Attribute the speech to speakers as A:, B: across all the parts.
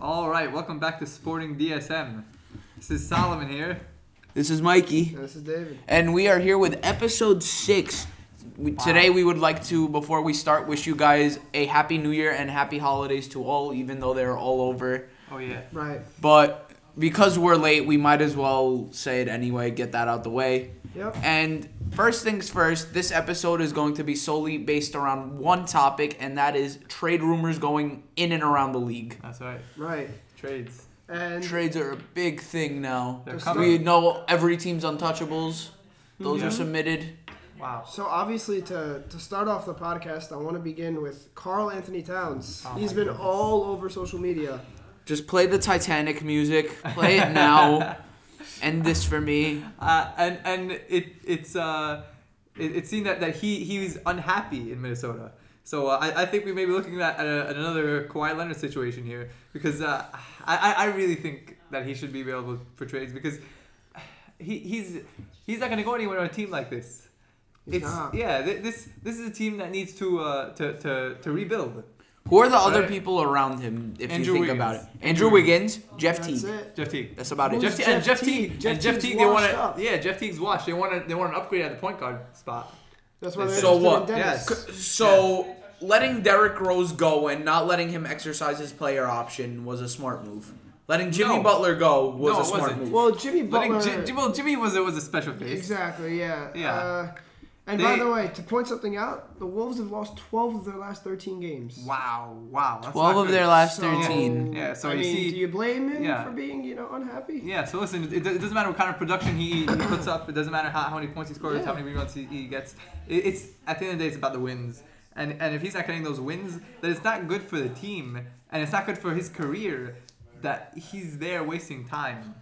A: All right, welcome back to Sporting DSM. This is Solomon here.
B: This is Mikey,
C: And This is David.
B: and we are here with episode six. We, Today, we would like to, before we start, wish you guys a happy new year and happy holidays to all, even though they're all over.
A: Oh yeah.
C: Right.
B: But because we're late, we might as well say it anyway, get that out the way.
C: Yep.
B: And first things first, this episode is going to be solely based around one topic, and that is trade rumors going in and around the league.
A: That's right.
C: Right.
A: Trades.
C: And
B: Trades are a big thing now.
A: They're
C: Just
B: We
A: coming.
B: know every team's untouchables, those
A: Yeah.
B: are submitted.
A: Wow.
C: so obviously to, to start off the podcast, I want to begin with Carl Anthony Towns.
A: Oh
C: He's
A: my
C: been
A: goodness.
C: all over social media.
B: Just play the Titanic music. Play it now. End this for me.
A: Uh, and and it it's uh it, it seemed that, that he he was unhappy in Minnesota. So uh, I, I think we may be looking at, at, a, at another Kawhi Leonard situation here because uh, I, I- I really think that he should be available for trades because he, he's he's not going to go anywhere on a team like this.
C: He's
A: it's
C: not.
A: yeah. Th- this this is a team that needs to uh, to, to to rebuild.
B: Who are the other
A: Right.
B: people around him if
A: Andrew
B: you think
A: Wiggins.
B: about it? Andrew Wiggins, Jeff
C: That's
B: Teague.
C: it.
A: Jeff Teague.
B: That's about it.
A: Jeff,
C: Who's
B: Jeff
A: Te- and
C: Jeff
A: Jeff Teague.
C: Teague? Jeff
A: and Jeff
C: Teague's
A: Teague. They want
C: washed
A: to.
C: up.
A: Yeah, Jeff Teague's washed. They want to. They want an upgrade at the point guard spot.
C: That's why they're
B: So
C: interested
B: what?
C: in Dennis.
A: Yes.
B: So letting Derrick Rose go and not letting him exercise his player option was a smart move. Letting Jimmy
A: No.
B: Butler go was
A: No,
B: a
A: it
B: smart
A: wasn't.
B: move.
C: Well, Jimmy Butler.
A: Letting Jim, Jim- well, Jimmy was it was a special case.
C: exactly. Yeah.
A: Yeah.
C: Uh, and by
A: They-
C: the way, to point something out, the Wolves have lost 12 of their last 13 games.
A: Wow, wow. that's
B: Twelve
A: not
B: of
A: good.
B: their last
C: So,
B: thirteen.
A: Yeah, so
C: I
A: you
C: mean,
A: see-
C: do you blame him
A: yeah.
C: for being, you know, unhappy?
A: Yeah, so listen, it, it doesn't matter what kind of production he, he puts up. It doesn't matter how, how many points he scores, how
C: Yeah.
A: many rebounds he, he gets. It, it's at the end of the day, it's about the wins. And and if he's not getting those wins, then it's not good for the team, and it's not good for his career. That he's there wasting time.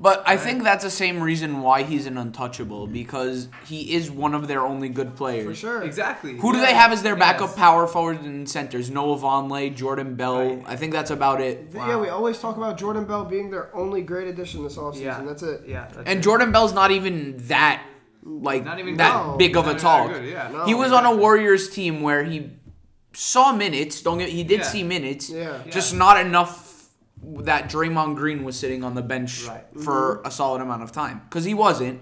B: But I think that's the same reason why he's an untouchable because he is one of their only good players.
C: For sure.
A: Exactly.
B: Who do they have as their backup
A: Yes.
B: power forward and centers? Noah Vonleh, Jordan Bell.
A: Right.
B: I think that's about it.
C: Th- Yeah, we always talk about Jordan Bell being their only great addition this offseason.
A: Yeah.
C: That's it.
A: Yeah. that's
B: And
A: it.
B: Jordan Bell's not even that like
A: Not even
B: that
C: good.
B: big of a
A: Not even
B: talk.
A: that good, yeah.
C: No.
B: He was on a Warriors team where he saw minutes. Don't get he did
A: Yeah.
B: see minutes.
C: Yeah.
B: Just not enough that Draymond Green was sitting on the bench
A: Right. Mm-hmm.
B: for a solid amount of time because he wasn't.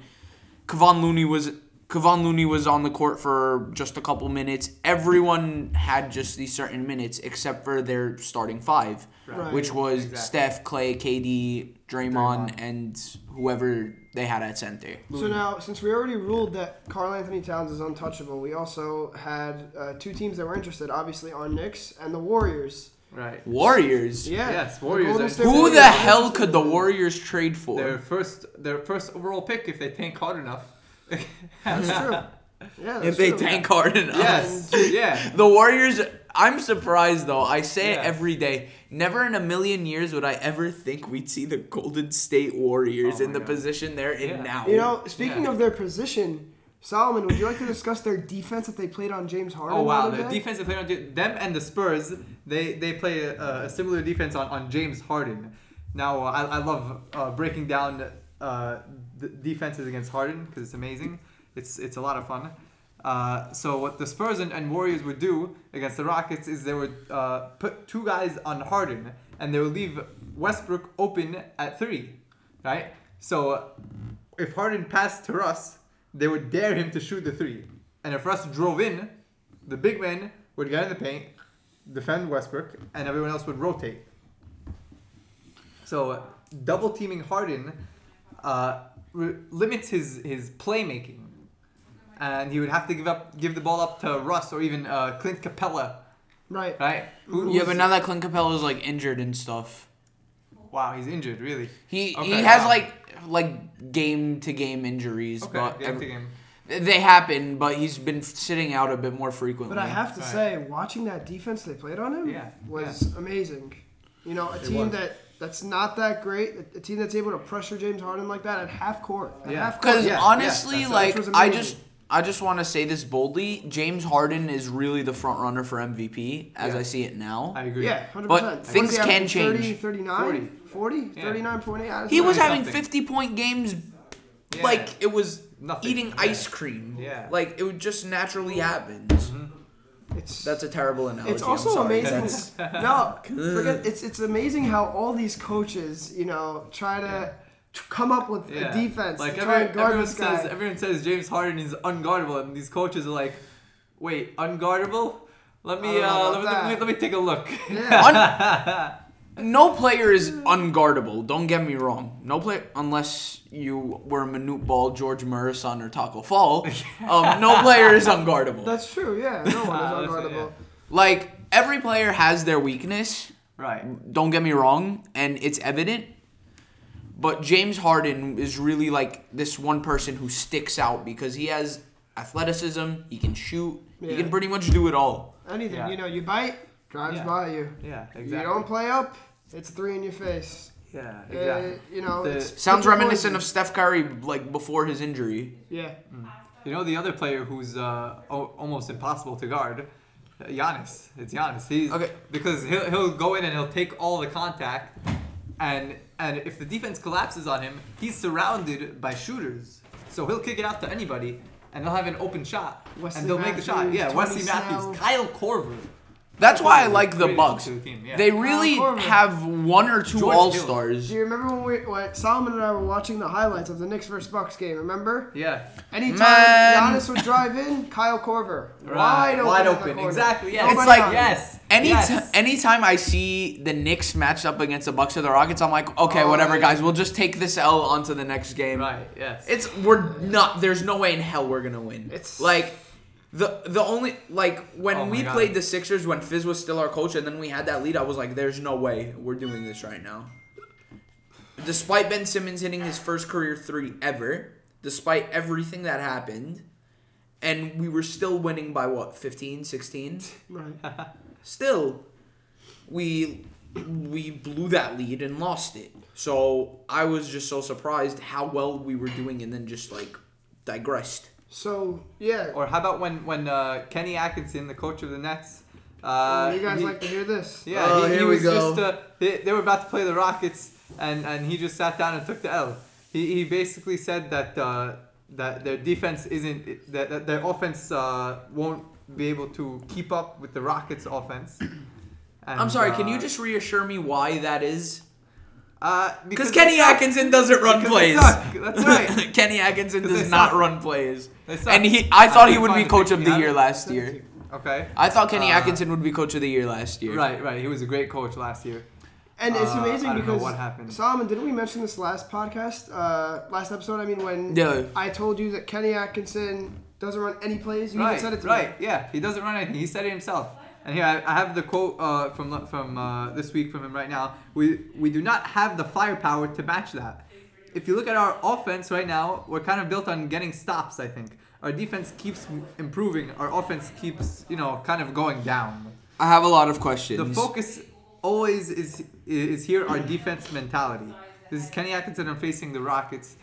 B: Kevon Looney was Kevon Looney was on the court for just a couple minutes. Everyone had just these certain minutes except for their starting five,
C: Right.
B: which was
A: Exactly.
B: Steph, Clay, KD, Draymond, and whoever they had at center.
C: So now, since we already ruled that Carl Anthony Towns is untouchable, we also had uh, two teams that were interested, obviously, on Knicks and the Warriors.
A: Right.
B: Warriors.
C: Yeah.
A: Yes,
C: the
A: Warriors
C: Golden
A: are-
C: State
B: Who
C: Warriors
B: the
C: are
B: hell
C: interested
B: could the
C: in-
B: Warriors trade for?
A: Their first, their first overall pick if they tank hard enough.
C: That's true. Yeah, that's
B: if they
C: true.
B: tank hard enough.
A: yes. yeah.
B: The Warriors. I'm surprised though. I say
A: Yeah.
B: it every day. Never in a million years would I ever think we'd see the Golden State Warriors
A: Oh my
B: in the
A: God.
B: position they're in
A: Yeah.
B: now.
C: You know, speaking
A: Yeah.
C: of their position, Solomon, would you like to discuss their defense that they played on James Harden?
A: Oh wow, the
C: the other day?
A: defensive player on them and the Spurs, they they play a, a similar defense on, on James Harden. Now uh, I, I love uh, breaking down uh, the defenses against Harden because it's amazing. It's it's a lot of fun. Uh, so what the Spurs and, and Warriors would do against the Rockets is they would uh, put two guys on Harden and they would leave Westbrook open at three, right? So uh, if Harden passed to Russ, they would dare him to shoot the three. And if Russ drove in, the big men would get in the paint, defend Westbrook, and everyone else would rotate. So uh, double teaming Harden uh, re- limits his his playmaking, and he would have to give up give the ball up to Russ or even uh, Clint Capella,
C: right.
A: right? Who-
B: yeah,
A: who's-
B: but now that Clint Capella's like injured and stuff,
A: wow, he's injured really.
B: he he
A: Okay,
B: has
A: wow.
B: like like game to game injuries,
A: Okay,
B: but
A: game
B: ev-
A: to game.
B: they happen. But he's been sitting out a bit more frequently.
C: But I have to
A: Right.
C: say, watching that defense they played on him
A: Yeah,
C: was amazing. You know, a team
A: was.
C: that that's not that great, a, a team that's able to pressure James Harden like that at half court. At
A: Yeah.
C: half court.
B: Because
A: Yeah, yeah,
B: honestly,
A: that's-
B: like
C: that's what's
B: I
C: amazing.
B: just I just want to say this boldly: James Harden is really the front runner for MVP as
A: Yeah.
B: I see it now.
A: I agree.
C: Yeah, 100%.
B: But
C: What
B: things
C: is he
B: can
C: averaging, 30,
B: change.
C: 39, 40,
A: Yeah.
C: 39.8. I don't
B: he
C: know.
B: was
A: Something.
B: having fifty point games,
A: Yeah.
B: like it was
A: Nothing.
B: eating
A: Yeah.
B: ice cream.
A: Yeah.
B: like it would just naturally happens.
C: It's
B: That's a terrible analogy.
C: it's
B: I'm
C: also
B: sorry. That's-
C: amazing. no, forget it's it's amazing how all these coaches, you know, try to
A: Yeah.
C: t- come up with
A: Yeah.
C: a defense
A: Like
C: to try
A: every,
C: and guard
A: everyone
C: this guy.
A: says, everyone says James Harden is unguardable, and these coaches are like, "Wait, unguardable? Let
C: I
A: me,
C: don't know
A: uh, let,
C: about
A: me, let me
C: that."
A: let me take a look."
C: yeah.
B: no player is unguardable. Don't get me wrong. No player, unless you were Manute Ball, George Murison, or Taco Fall. Um, no player is unguardable.
C: That's true. Yeah, no one
A: Ah,
C: is
A: that's it,
C: unguardable.
B: Like every player has their weakness.
A: right.
B: Don't get me wrong, and it's evident. But James Harden is really like this one person who sticks out because he has athleticism. He can shoot. He
C: Yeah.
B: can pretty much do it all.
C: Anything
A: Yeah.
C: you know, you bite, drives
A: Yeah.
C: by you.
A: Yeah.
C: You
A: Exactly.
C: don't play up, it's three in your face.
A: Yeah.
C: Uh,
A: Exactly.
C: you know,
A: The-
C: it's
B: Sounds
C: pick your
B: reminiscent of
C: poison.
B: Steph Curry, like before his injury.
C: yeah.
A: Mm. You know the other player who's uh, o- almost impossible to guard, Giannis. It's Giannis. He's
B: Okay.
A: because he'll, he'll go in and he'll take all the contact, and and if the defense collapses on him, he's surrounded by shooters. So he'll kick it out to anybody, and they'll have an open shot,
C: Wesley
A: and they'll make the shot.
C: Matthews,
A: Yeah,
C: Tony
A: Wesley Matthews,
C: Snell.
A: Kyle Korver.
B: That's why I
A: Korver
B: like the
A: created
B: Bucks.
A: to the team, yeah.
B: They really
C: Corver.
B: have one or two
A: George
B: all stars.
C: Do you remember when we when Solomon and I were watching the highlights of the Knicks versus Bucks game? Remember?
A: yeah,
C: Anytime
B: Man.
C: Giannis would drive in, Kyle Korver
A: Right,
C: wide open,
A: wide
C: in the
A: open,
C: corner.
A: exactly. Yeah,
C: Nobody
B: It's like-
C: on.
A: yes.
B: Any
A: yes.
B: ti- anytime I see the Knicks matched up against the Bucks or the Rockets, I'm like, okay,
C: Oh,
B: whatever,
C: yeah.
B: guys. We'll just take this L onto the next game.
A: right. Yes.
B: It's we're not. There's no way in hell we're gonna win.
C: It's-
B: like the the only like when
A: Oh my
B: we
A: God.
B: played the Sixers when Fizz was still our coach and then we had that lead. I was like, there's no way we're doing this right now. Despite Ben Simmons hitting his first career three ever, despite everything that happened, and we were still winning by what 15, 16?
C: Right.
B: Still, we we blew that lead and lost it. So I was just so surprised how well we were doing, and then just like digressed.
C: So yeah,
A: or how about when when uh, Kenny Atkinson, the coach of the Nets,
C: Oh,
A: uh,
C: you guys
A: he-
C: like to hear this?
A: Yeah,
B: Oh,
A: he, he
B: here we
A: was
B: go.
A: just uh, they, they were about to play the Rockets, and, and he just sat down and took the L. He, he basically said that uh, that their defense isn't that, that their offense uh, won't be able to keep up with the Rockets' offense. And,
B: I'm sorry. Can
A: uh,
B: you just reassure me why that is?
A: uh,
B: Because Kenny
A: they suck.
B: Atkinson doesn't run
A: Because they
B: plays.
A: suck. That's right.
B: Kenny Atkinson
A: 'Cause they
B: does not
A: suck.
B: run plays.
A: They suck.
B: And he, I thought he
A: couldn't
B: would be
A: find a
B: coach
A: pick
B: of
A: me
B: the
A: up.
B: year last year.
A: Okay.
B: I thought Kenny
A: Uh,
B: Atkinson would be coach of the year last year.
A: Right, right. He was a great coach last year.
C: And it's
A: Uh,
C: amazing
A: I don't know
C: because
A: what happened.
C: Solomon, didn't we mention this last podcast, uh, last episode? I mean, when
B: Yeah.
C: I told you that Kenny Atkinson doesn't run any plays, you
A: right,
C: even said it to
A: right.
C: me.
A: Yeah, he doesn't run anything. He said it himself. And here I, I have the quote uh, from from uh, this week from him right now. We we do not have the firepower to match that. If you look at our offense right now, we're kind of built on getting stops. I think our defense keeps m- improving. Our offense keeps you know kind of going down.
B: I have a lot of questions.
A: The focus always is is here our defense mentality. This is Kenny Atkinson. I'm facing the Rockets.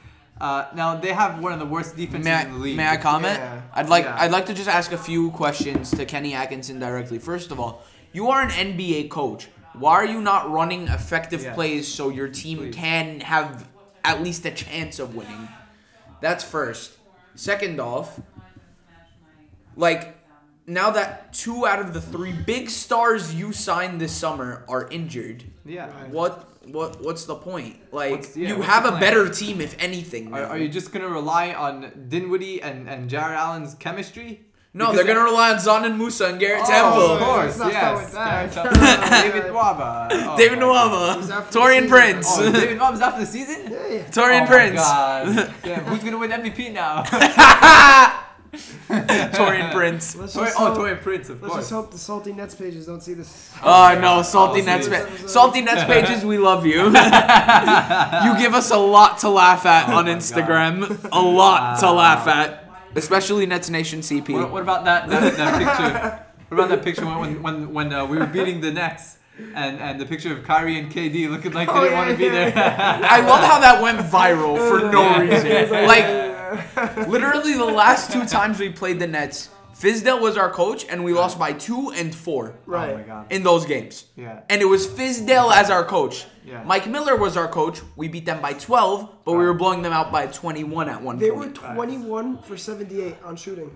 A: Uh, now they have one of the worst defenses
B: May I,
A: in the league.
B: may I comment?
C: Yeah.
B: I'd like
A: Yeah.
B: I'd like to just ask a few questions to Kenny Atkinson directly. First of all, you are an NBA coach. Why are you not running effective
A: Yes.
B: plays so your team
A: Please.
B: can have at least a chance of winning? That's first. Second off, like now that two out of the three big stars you signed this summer are injured,
A: yeah.
B: what what what's the point? Like
A: What's- yeah,
B: you
A: what's
B: have
A: the
B: a
A: plan?
B: better team if anything.
A: Are,
B: now.
A: are you just gonna rely on Dinwiddie and, and Jared Allen's chemistry?
B: No,
A: Because
B: they're gonna rely on Zon and Musa and Garrett
A: Oh,
C: Temple.
A: Of
B: Temple.
A: course,
C: Let's not start
A: yes.
C: with that.
A: Garrett Temple. David Nwaba. Oh,
B: David
A: my God.
C: He's
B: Nwaba.
C: out for
B: Torian
C: the season.
B: Prince.
A: Oh, David Nwaba's after the season.
C: Yeah, yeah.
A: oh,
B: Torian
A: my
B: Prince.
A: God. Damn, who's gonna win MVP now?
B: Torian Prince.
C: Let's
A: Tor-
C: just
A: oh,
C: hope-
A: Torian Prince, of
C: Let's
A: course.
C: just hope the salty Nets pages don't see this.
B: Oh no, salty
A: Oh,
B: Nets.
C: serious.
B: Pa- salty Nets pages, we love you. you give us a lot to laugh at on
A: Oh my Uh,
B: Instagram. A lot to laugh at, especially Nets Nation CP.
A: What, what about that, that, that picture? What about that picture when when when, when uh, we were beating the Nets and and the picture of Kyrie and KD looking like they
C: Oh,
A: didn't
C: yeah,
A: want to be
C: yeah,
A: there?
B: I love how that went viral for no
A: Yeah.
B: reason. Like, literally, the last two times we played the Nets, Fizdale was our coach, and we lost by two and four
C: Right.
A: Oh my God.
B: in those games.
A: Yeah.
B: And it was Fizdale as our coach.
A: Yeah.
B: Mike Miller was our coach. We beat them by 12, but we were blowing them out by 21 at one
C: They were
B: point.
C: 21 for 78 on shooting.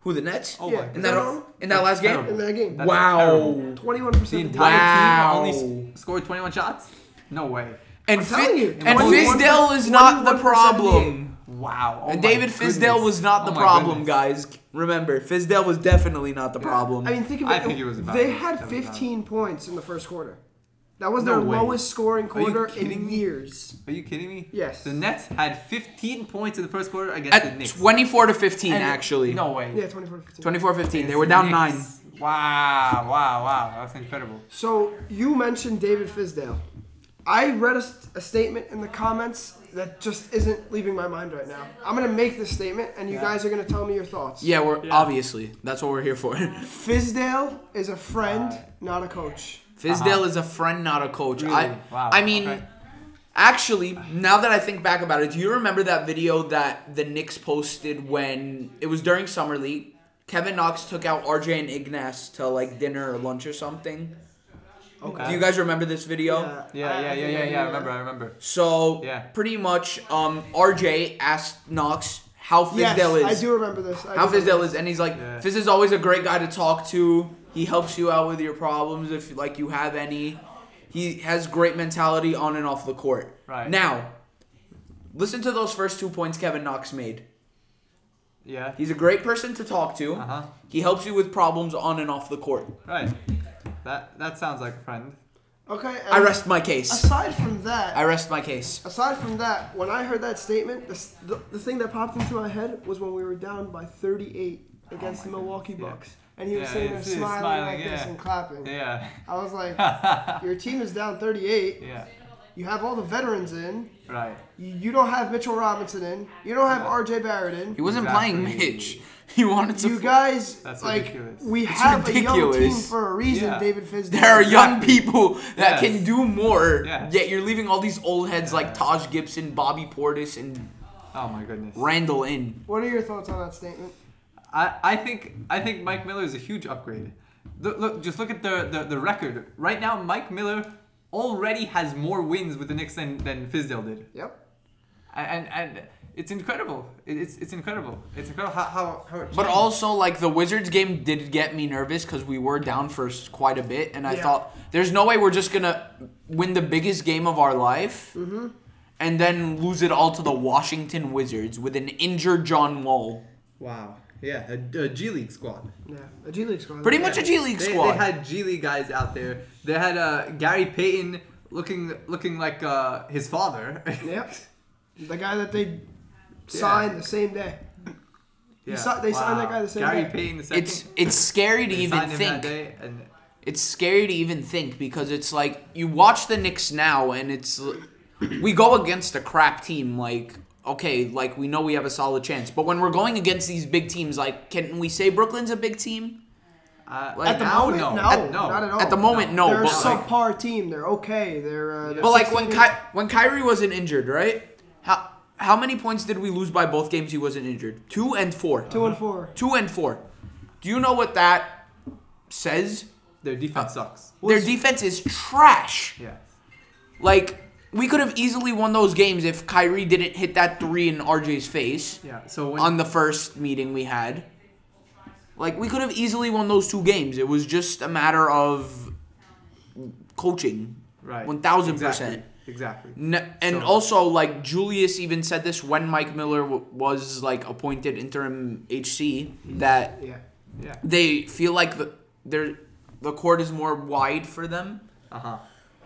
B: Who the Nets?
A: Oh
C: Yeah.
A: my
B: in
A: god.
B: that
C: Toronto?
B: in that last game.
A: Terrible.
C: in that game.
A: That's
B: wow.
A: terrible.
C: Twenty-one
A: The
C: percent.
A: entire
B: Wow.
A: team only s- scored 21 shots? No way.
B: And
C: I'm
B: Fi-
C: telling you,
B: and
C: 21%
B: Fizdale is not the
C: 21%
B: problem.
A: Wow. Oh my
B: And David Fizdale
A: goodness.
B: was not the
A: Oh my
B: problem,
A: goodness.
B: guys. Remember, Fizdale was definitely not the problem.
C: I mean, think of it.
A: I think it was about-
C: they had
A: that was about-
C: 15 points in the first quarter. That was
A: No
C: their
A: way.
C: lowest scoring
A: Are you
C: quarter
A: kidding
C: in
A: me?
C: years.
A: Are you kidding me?
C: Yes.
A: The Nets had 15 points in the first quarter against the
B: At
A: Knicks.
B: 24 to 15,
A: And-
B: actually.
A: No way.
C: Yeah, 24 15.
B: 24 15. They
A: Against
B: were
A: the
B: down nine.
A: Knicks. Wow, wow, wow. That's incredible.
C: So you mentioned David Fizdale. I read a, st- a statement in the comments that just isn't leaving my mind right now. I'm gonna make this statement, and you guys are gonna tell me your thoughts.
B: Yeah, we're obviously that's what we're here for.
C: Fizdale is a friend, not a coach.
B: Fizdale is a friend, not a coach.
A: Uh-huh. Really?
B: I
A: Wow,
B: I mean,
A: okay.
B: actually, now that I think back about it, do you remember that video that the Knicks posted when it was during summer league? Kevin Knox took out RJ and Ignace to like dinner or lunch or something.
C: Okay.
B: Do you guys remember this video?
A: Yeah, yeah, yeah, yeah, yeah. I remember, I remember.
B: So
A: Yeah.
B: pretty much, um, RJ asked Knox how Fizdale
C: Yes,
B: is.
C: I do remember this. I
B: how
C: do remember
B: Fizdale is, and he's like,
A: Yeah.
B: Fizz is always a great guy to talk to. He helps you out with your problems if like you have any. He has great mentality on and off the court.
A: Right.
B: Now, listen to those first two points Kevin Knox made.
A: Yeah.
B: He's a great person to talk to.
A: Uh huh.
B: He helps you with problems on and off the court.
C: Um,
A: Right. That that sounds like a friend.
C: Okay.
B: I
C: and
B: rest my case.
C: Aside from that,
B: I rest my case.
C: Aside from that, when I heard that statement, the, s- the, the thing that popped into my head was when we were down by 38 against the Milwaukee
A: goodness, yeah.
C: Bucks. And he was
A: Yeah,
C: sitting
A: yeah,
C: there
A: see,
C: smiling,
A: smiling,
C: like this
A: yeah.
C: and clapping.
A: Yeah.
C: I was like, your team is down 38.
A: Yeah.
C: You have all the veterans in.
A: Right.
C: You, you don't have Mitchell Robinson in. You don't have
A: Yeah.
C: RJ Barrett in.
B: He wasn't
A: Exactly.
B: playing Mitch. He wanted to.
C: You guys,
A: That's
C: like,
A: ridiculous.
C: we
B: It's
C: have a young team
B: ridiculous.
C: for a reason,
A: Yeah.
C: David Fizdale.
B: There are young
A: Exactly.
B: people that
A: Yes.
B: can do more,
A: Yes.
B: yet you're leaving all these old heads like Taj Gibson, Bobby Portis, and
A: Oh my goodness.
B: Randall in.
C: What are your thoughts on that statement?
A: I, I think I think Mike Miller is a huge upgrade. Look, look just look at the, the, the record. Right now, Mike Miller already has more wins with the Knicks than, than Fizdale did.
C: Yep.
A: And and, and it's incredible. It, it's it's incredible. It's incredible how how, how it
B: But
A: changed.
B: also, like the Wizards game did get me nervous because we were down for s- quite a bit, and I
C: Yeah.
B: thought there's no way we're just gonna win the biggest game of our life
A: Mm-hmm.
B: and then lose it all to the Washington Wizards with an injured John Wall.
A: Wow. Yeah, a, a G League squad.
C: Yeah. A G League squad.
B: Pretty much a G League
A: They,
B: squad.
A: they had G League guys out there. They had uh, Gary Payton looking looking like uh, his father.
C: Yep. The guy that they signed the same day.
A: Yeah,
C: si- they signed that guy the same
A: Gary
C: day.
A: Payton the second.
B: it's it's scary to
A: they
B: even
A: signed him that
B: think.
A: day, and
B: it's scary to even think because it's like you watch the Knicks now and it's we go against a crap team like okay like we know we have a solid chance but when we're going against these big teams like can we say Brooklyn's a big team
A: uh,
B: Like, At the
A: now,
C: moment,
A: no,
C: no,
A: At- no,
C: not at all.
B: at the moment no,
C: they're a
B: but like,
C: subpar team. They're okay. They're uh,
B: but like when Ky- when Kyrie wasn't injured right how how many points did we lose by both games he wasn't injured 2 and 4
C: two and four.
B: Two and 4 do you know what that says
A: Their defense
C: Ah.
A: sucks.
B: their defense is trash
A: Yeah.
B: Like we could have easily won those games if Kyrie didn't hit that three in RJ's face
A: Yeah. So when
B: on the first meeting we had. Like we could have easily won those two games. It was just a matter of coaching.
A: right,
B: 1000%.
A: Exactly. exactly.
B: N- and
A: So-
B: also like Julius even said this when Mike Miller w- was like appointed interim HC
C: Mm-hmm.
B: that
C: Yeah.
A: Yeah.
B: they feel like the their the court is more wide for them.
A: Uh huh.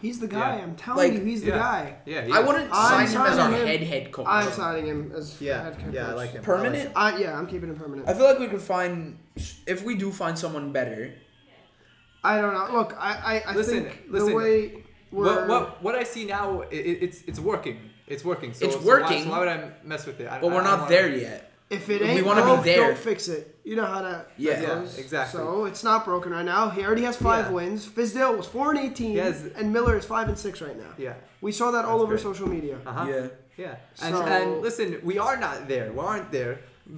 C: He's the guy.
A: Yeah.
C: I'm telling
B: Like-
C: you, he's the
A: yeah.
C: guy.
A: Yeah.
B: I wouldn't
C: I'm
B: sign him as our
C: signing him.
B: head head coach.
C: I'm signing him as head coach.
A: him.
B: Permanent?
C: I, yeah, I'm keeping him permanent.
B: I feel like we could find if we do find someone better.
C: I don't know. Look, I, I, I
A: Listen,
C: think the
A: listen.
C: way we're
A: What, what what I see now, i i it's it's working. It's working. So
B: It's
A: so
B: working.
A: Why, so why would I mess with it? I,
B: But
A: I-
B: we're
A: I
B: not
A: wanna-
B: there yet.
C: if it
B: we
C: ain't
B: wanna be
C: broke,
B: there.
C: don't fix it. You know how to.
B: Yeah.
A: Yeah,
C: goes.
A: exactly.
C: So it's not broken right now. He already has five
A: Yeah.
C: wins. Fizdale was four and eighteen,
A: Yes.
C: and Miller is five and six right now.
A: Yeah.
C: We saw that all
A: That's
C: over
A: great.
C: social media.
A: Uh huh.
B: Yeah.
A: Yeah. And,
C: So-
A: and listen, we are not there. We aren't there.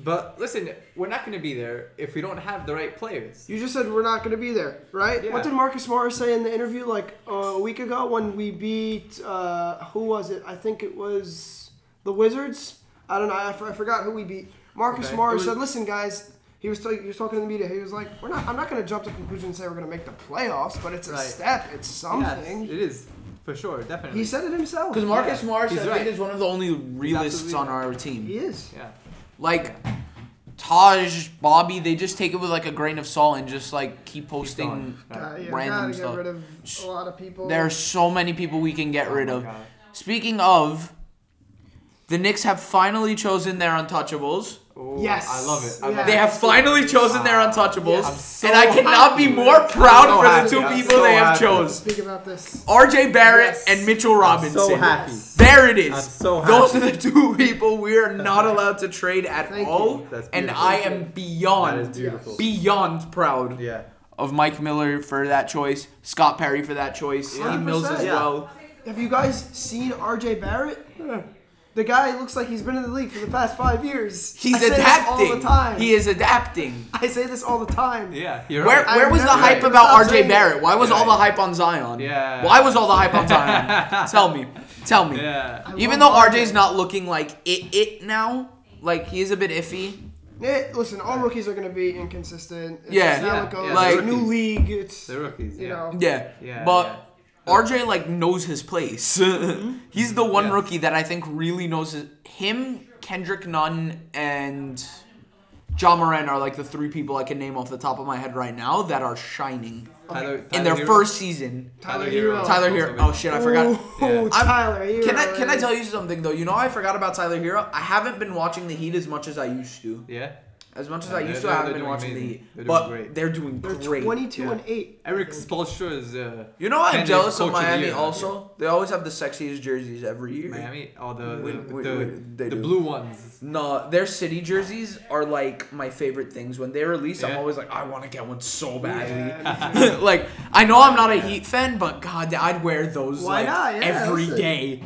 A: But listen, we're not going to be there if we don't have the right players.
C: You just said we're not going to be there, right?
A: Yeah.
C: What did Marcus Morris say in the interview like uh, a week ago when we beat uh, who was it? I think it was the Wizards. I don't know. I, f- I forgot who we beat. Marcus
A: Okay.
C: Morris
A: It was-
C: said, "Listen, guys." He was, t- he was talking to the media. He was like, "We're not. I'm not going to jump to conclusion and say we're going to make the playoffs, but it's a
A: Right.
C: step. It's something."
A: Yes, it is for sure, definitely.
C: He said it himself.
B: Because Marcus
A: Yeah,
B: Morris, I
A: he's
B: think,
A: right.
B: is one of the only realists
A: absolutely
B: on
A: right.
B: our team.
C: he is.
A: yeah,
B: Like Taj, Bobby, they just take it with like a grain of salt and just like keep posting.
A: going.
C: Uh, yeah,
B: Random
C: gotta
B: stuff.
C: get rid of
B: S-
C: a lot of people.
B: There are so many people we can get
A: Oh
B: rid
A: my
B: of.
A: God.
B: Speaking of, the Knicks have finally chosen their untouchables.
A: Oh,
C: Yes.
A: I love it. I
C: Yeah.
A: love
B: They
A: it.
B: have finally chosen their
A: Ah,
B: untouchables,
A: yes. I'm so
B: and I cannot be
A: happy.
B: more proud
A: So
B: for
A: happy.
B: the two
A: I'm
B: people
A: so
B: they have
A: happy.
B: chose:
C: Speak about this.
B: R.J. Barrett
C: Yes.
B: and Mitchell
A: I'm
B: Robinson.
A: so happy.
C: Yes.
B: There it is.
A: I'm so
B: Those are
A: happy.
B: the two people we are not allowed to trade at
C: Thank
B: all,
C: you.
A: That's
B: and
A: beautiful.
B: I am
A: That is
B: beyond,
A: beautiful.
B: beyond proud
A: Yeah.
B: of Mike Miller for that choice, Scott Perry for that choice,
C: Yeah.
B: Lee Mills as
C: 100%.
B: well.
C: Have you guys seen R.J. Barrett? The guy looks like he's been in the league for the past five years.
B: He's
C: I say this
B: adapting.
C: all the time.
B: He is adapting.
C: I say this all the time.
A: Yeah. You're
B: Where,
A: right.
B: where
C: I'm
B: was the
C: not-
B: hype
C: I'm
B: about
C: not
B: RJ
C: saying-
B: Barrett? Why was all
A: Yeah.
B: the hype on Zion?
A: Yeah.
B: Why was all the hype on Zion? Tell me. Tell me.
A: yeah.
C: I
B: Even though
C: love
B: RJ's not looking like it it now, like he is a bit iffy.
C: Eh, listen, all rookies are going to be inconsistent. It's
B: Yeah.
C: just how
A: Yeah,
C: it goes.
A: yeah,
B: Like-
C: It's a new
A: rookies.
C: league. It's
A: The rookies.
C: you
A: yeah.
C: know.
B: Yeah.
A: Yeah,
B: But
A: yeah.
B: RJ like knows his place. He's the one
A: Yeah.
B: rookie that I think really knows his him, Kendrick Nunn, and John Moran are like the three people I can name off the top of my head right now that are shining
A: Tyler, Tyler
B: in their
A: Hero.
B: first season.
C: Tyler Hero.
B: Tyler here. Oh shit, I forgot.
C: Oh,
A: Yeah.
C: Tyler. Hero,
B: Can I can I
C: eh?
B: tell you something though? You know I forgot about Tyler Hero. I haven't been watching the Heat as much as I used to.
A: Yeah.
B: As much as
A: Yeah,
B: I
A: they're-
B: used to, I
A: they're-
B: haven't
A: they're
B: been
A: doing
B: watching the
A: amazing.
B: Heat.
A: They're doing
B: but
A: great.
B: they're doing
C: They're
B: great.
C: 22 and
A: Yeah.
C: 8.
A: Eric Spoelstra is. Uh,
B: You know I'm
A: Candidate
B: jealous
A: for
B: of
A: Coach of the
B: Miami.
A: Year.
B: also, they always have the sexiest jerseys every year.
A: Miami. Oh, the
B: Wait,
A: the,
B: wait,
A: the,
B: wait, they
A: the
B: do.
A: blue ones.
B: No, their city jerseys are like my favorite things. When they release, I'm
A: Yeah.
B: always like, I want to get one so badly.
C: Yeah, me too.
B: like I know I'm not a Heat fan, but God, I'd wear those
C: Why
B: like
C: not? Yeah,
B: every
C: listen.
B: day.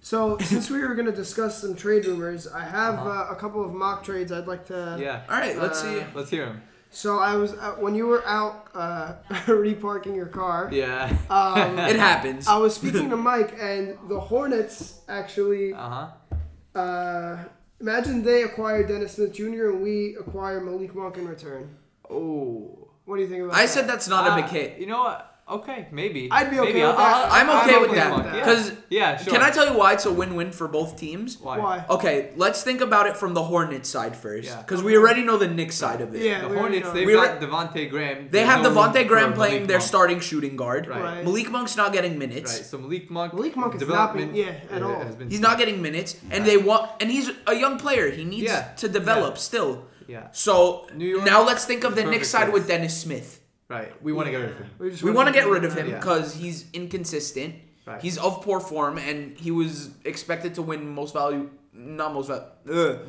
C: so, since we were going to discuss some trade rumors, I have
B: Uh-huh.
C: uh, a couple of mock trades I'd like to.
A: Yeah.
B: All right, let's see.
A: Let's hear him.
C: So, I was. Uh, when you were out uh, reparking your car,
A: Yeah.
B: Uh,
C: um,
B: It happens.
C: I was speaking to Mike, and the Hornets actually.
B: Ah.
A: Uh huh.
C: Uh, imagine they acquire Dennis Smith Jr. and we acquire Malik Monk in return.
A: Oh.
C: What do you think about
B: I
C: that?
B: said that's not a big
A: Ah,
B: hit.
A: You know what? Okay, maybe.
C: I'd be okay
A: Maybe.
C: with
A: I'll-
C: that.
A: I'll-
B: I'm
A: I'll
B: okay
A: go
B: with
A: Malik
B: that.
A: Monk, yeah.
B: 'Cause
A: yeah, sure.
B: Can I tell you why it's a win-win for both teams?
A: Why?
C: Why?
B: Okay, let's think about it from the Hornets side first,
A: Yeah.
B: because we already know the Knicks side of it.
C: Yeah.
A: The
C: we already
A: Hornets,
C: know.
A: they've
B: We were-
A: got Devontae Graham.
B: They have
A: There's no room
B: Devontae Graham
A: for
B: playing
A: Malik
B: their
A: Monk.
B: starting shooting guard.
A: Right.
C: Right.
B: Malik Monk's not getting
A: Right.
B: minutes.
A: So Malik Monk.
C: Malik Monk has not
A: development,
C: been- yeah, at
A: uh,
C: all.
A: has been
B: He's
A: slow.
B: not getting minutes, and they want, and he's a young player. He needs
A: Yeah.
B: to develop
A: Yeah.
B: still.
A: Yeah.
B: So
A: New York
B: now let's think of the
A: is
B: Knicks
A: perfect
B: side
A: place.
B: with Dennis Smith.
A: Right. We want to get rid of him.
C: just
B: We want to get rid of him
A: Yeah.
B: because he's inconsistent.
A: Right.
B: He's of poor form, and he was expected to win most value, not most value, ugh,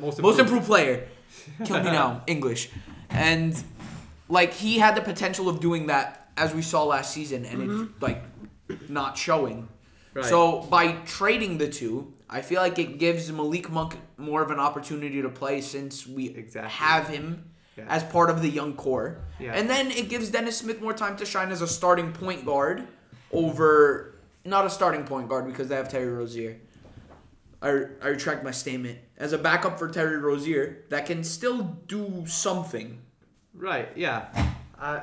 A: Most
B: most
A: improved.
B: improved player. Kill me now, English, and like he had the potential of doing that as we saw last season, and it's like not showing.
A: Mm-hmm. Right.
B: So by trading the two, I feel like it gives Malik Monk more of an opportunity to play since we
A: Exactly.
B: have him
A: Yeah.
B: as part of the young core.
A: Yeah.
B: And then it gives Dennis Smith more time to shine as a starting point guard over not a starting point guard because they have Terry Rozier. I, I retract my statement. As a backup for Terry Rozier that can still do something.
A: Right. Yeah. Uh,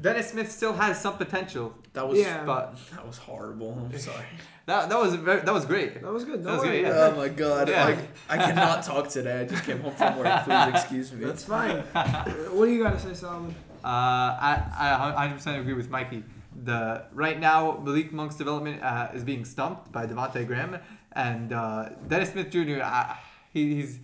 A: Dennis Smith still has some potential,
B: That was
C: Yeah.
A: but
B: that was horrible. I'm sorry.
A: that that was very, that was great. Uh,
C: That was good.
A: That
C: No
A: was good,
C: worry.
A: yeah.
B: oh my god.
A: Yeah.
B: Like I cannot talk today. I just came home from work. Please excuse me.
C: That's fine. what do you got to say, Solomon?
A: Uh, I I 100% agree with Mikey. The right now Malik Monk's development uh, is being stumped by Devontae Graham and uh, Dennis Smith Jr. Uh, he, he's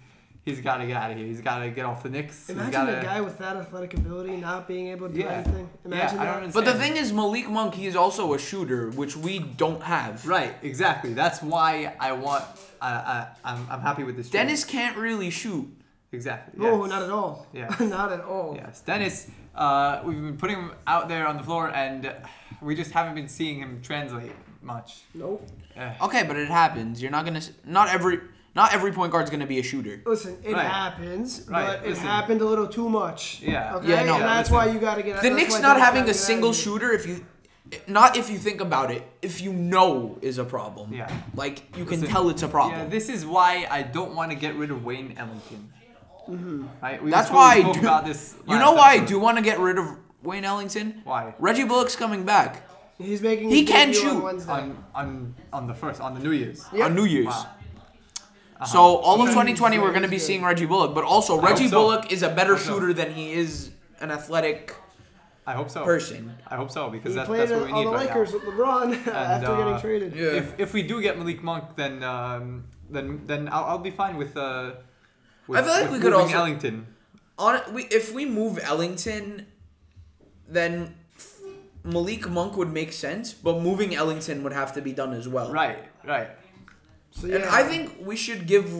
A: he's got to get out of here. He's got to get off the Knicks.
C: Imagine
A: he's gotta,
C: a guy with that athletic ability not being able to do
A: Yeah.
C: anything.
A: Yeah,
C: Imagine
A: I
C: that.
A: don't
B: But the
A: understand.
B: thing is, Malik Monk, he is also a shooter, which we don't have.
A: Right, exactly. That's why I want. I, I I'm, I'm happy with this. trade.
B: Dennis Oh, can't really shoot.
A: Exactly.
C: No,
A: yes.
C: Oh, not at all.
A: Yeah.
C: not at all.
A: Yes, Dennis. Uh, we've been putting him out there on the floor, and we just haven't been seeing him translate much.
C: Nope.
A: Uh,
B: Okay, but it happens. You're not gonna. s- Not every. Not every point guard's gonna be a shooter.
C: Listen, it
A: Right.
C: happens,
A: Right,
C: but it
A: listen.
C: happened a little too much.
A: Yeah.
C: Okay?
B: Yeah, no,
C: and that's
A: listen.
C: why you got to get
B: The
C: that's
B: Knicks
C: why
B: not
C: Dennis
B: having a
C: gotta get out of
B: single
C: here.
B: shooter, if you, not if you think about it, if you know is a problem.
A: Yeah.
B: Like you can
A: Listen,
B: tell it's a problem.
A: Yeah, this is why I don't want to get rid of Wayne Ellington. Right? We
B: Mm-hmm. That's
A: spoke-
B: why I
A: spoke
B: do-
A: about this.
B: You
A: last
B: know why I
A: episode.
B: do want to get rid of Wayne Ellington?
A: Why?
B: Reggie Bullock's coming back
C: He's making.
B: He
C: his
B: can
C: debut on
B: shoot.
C: Wednesday.
A: On on on the first on the New Year's.
C: Yeah.
B: on New Year's.
A: Wow.
B: So
A: Uh-huh.
B: all of 2020, we're going to be
C: He's good.
B: seeing Reggie Bullock, but also Reggie
A: so.
B: Bullock is a better
A: I hope so.
B: shooter than he is an athletic
A: I hope so.
B: person.
A: I hope so because
C: he
A: that's,
C: played
A: that's what we
C: on
A: need
C: the
A: right
C: Lakers
A: now.
C: with LeBron after
A: uh,
C: getting traded.
B: yeah.
A: If if we do get Malik Monk, then um, then then I'll, I'll be fine with. Uh, with
B: I feel like
A: with
B: we could
A: moving
B: also-
A: Ellington.
B: On we if we move Ellington, then Malik Monk would make sense, but moving Ellington would have to be done as well.
A: Right, right.
C: So yeah,
B: And I think we should give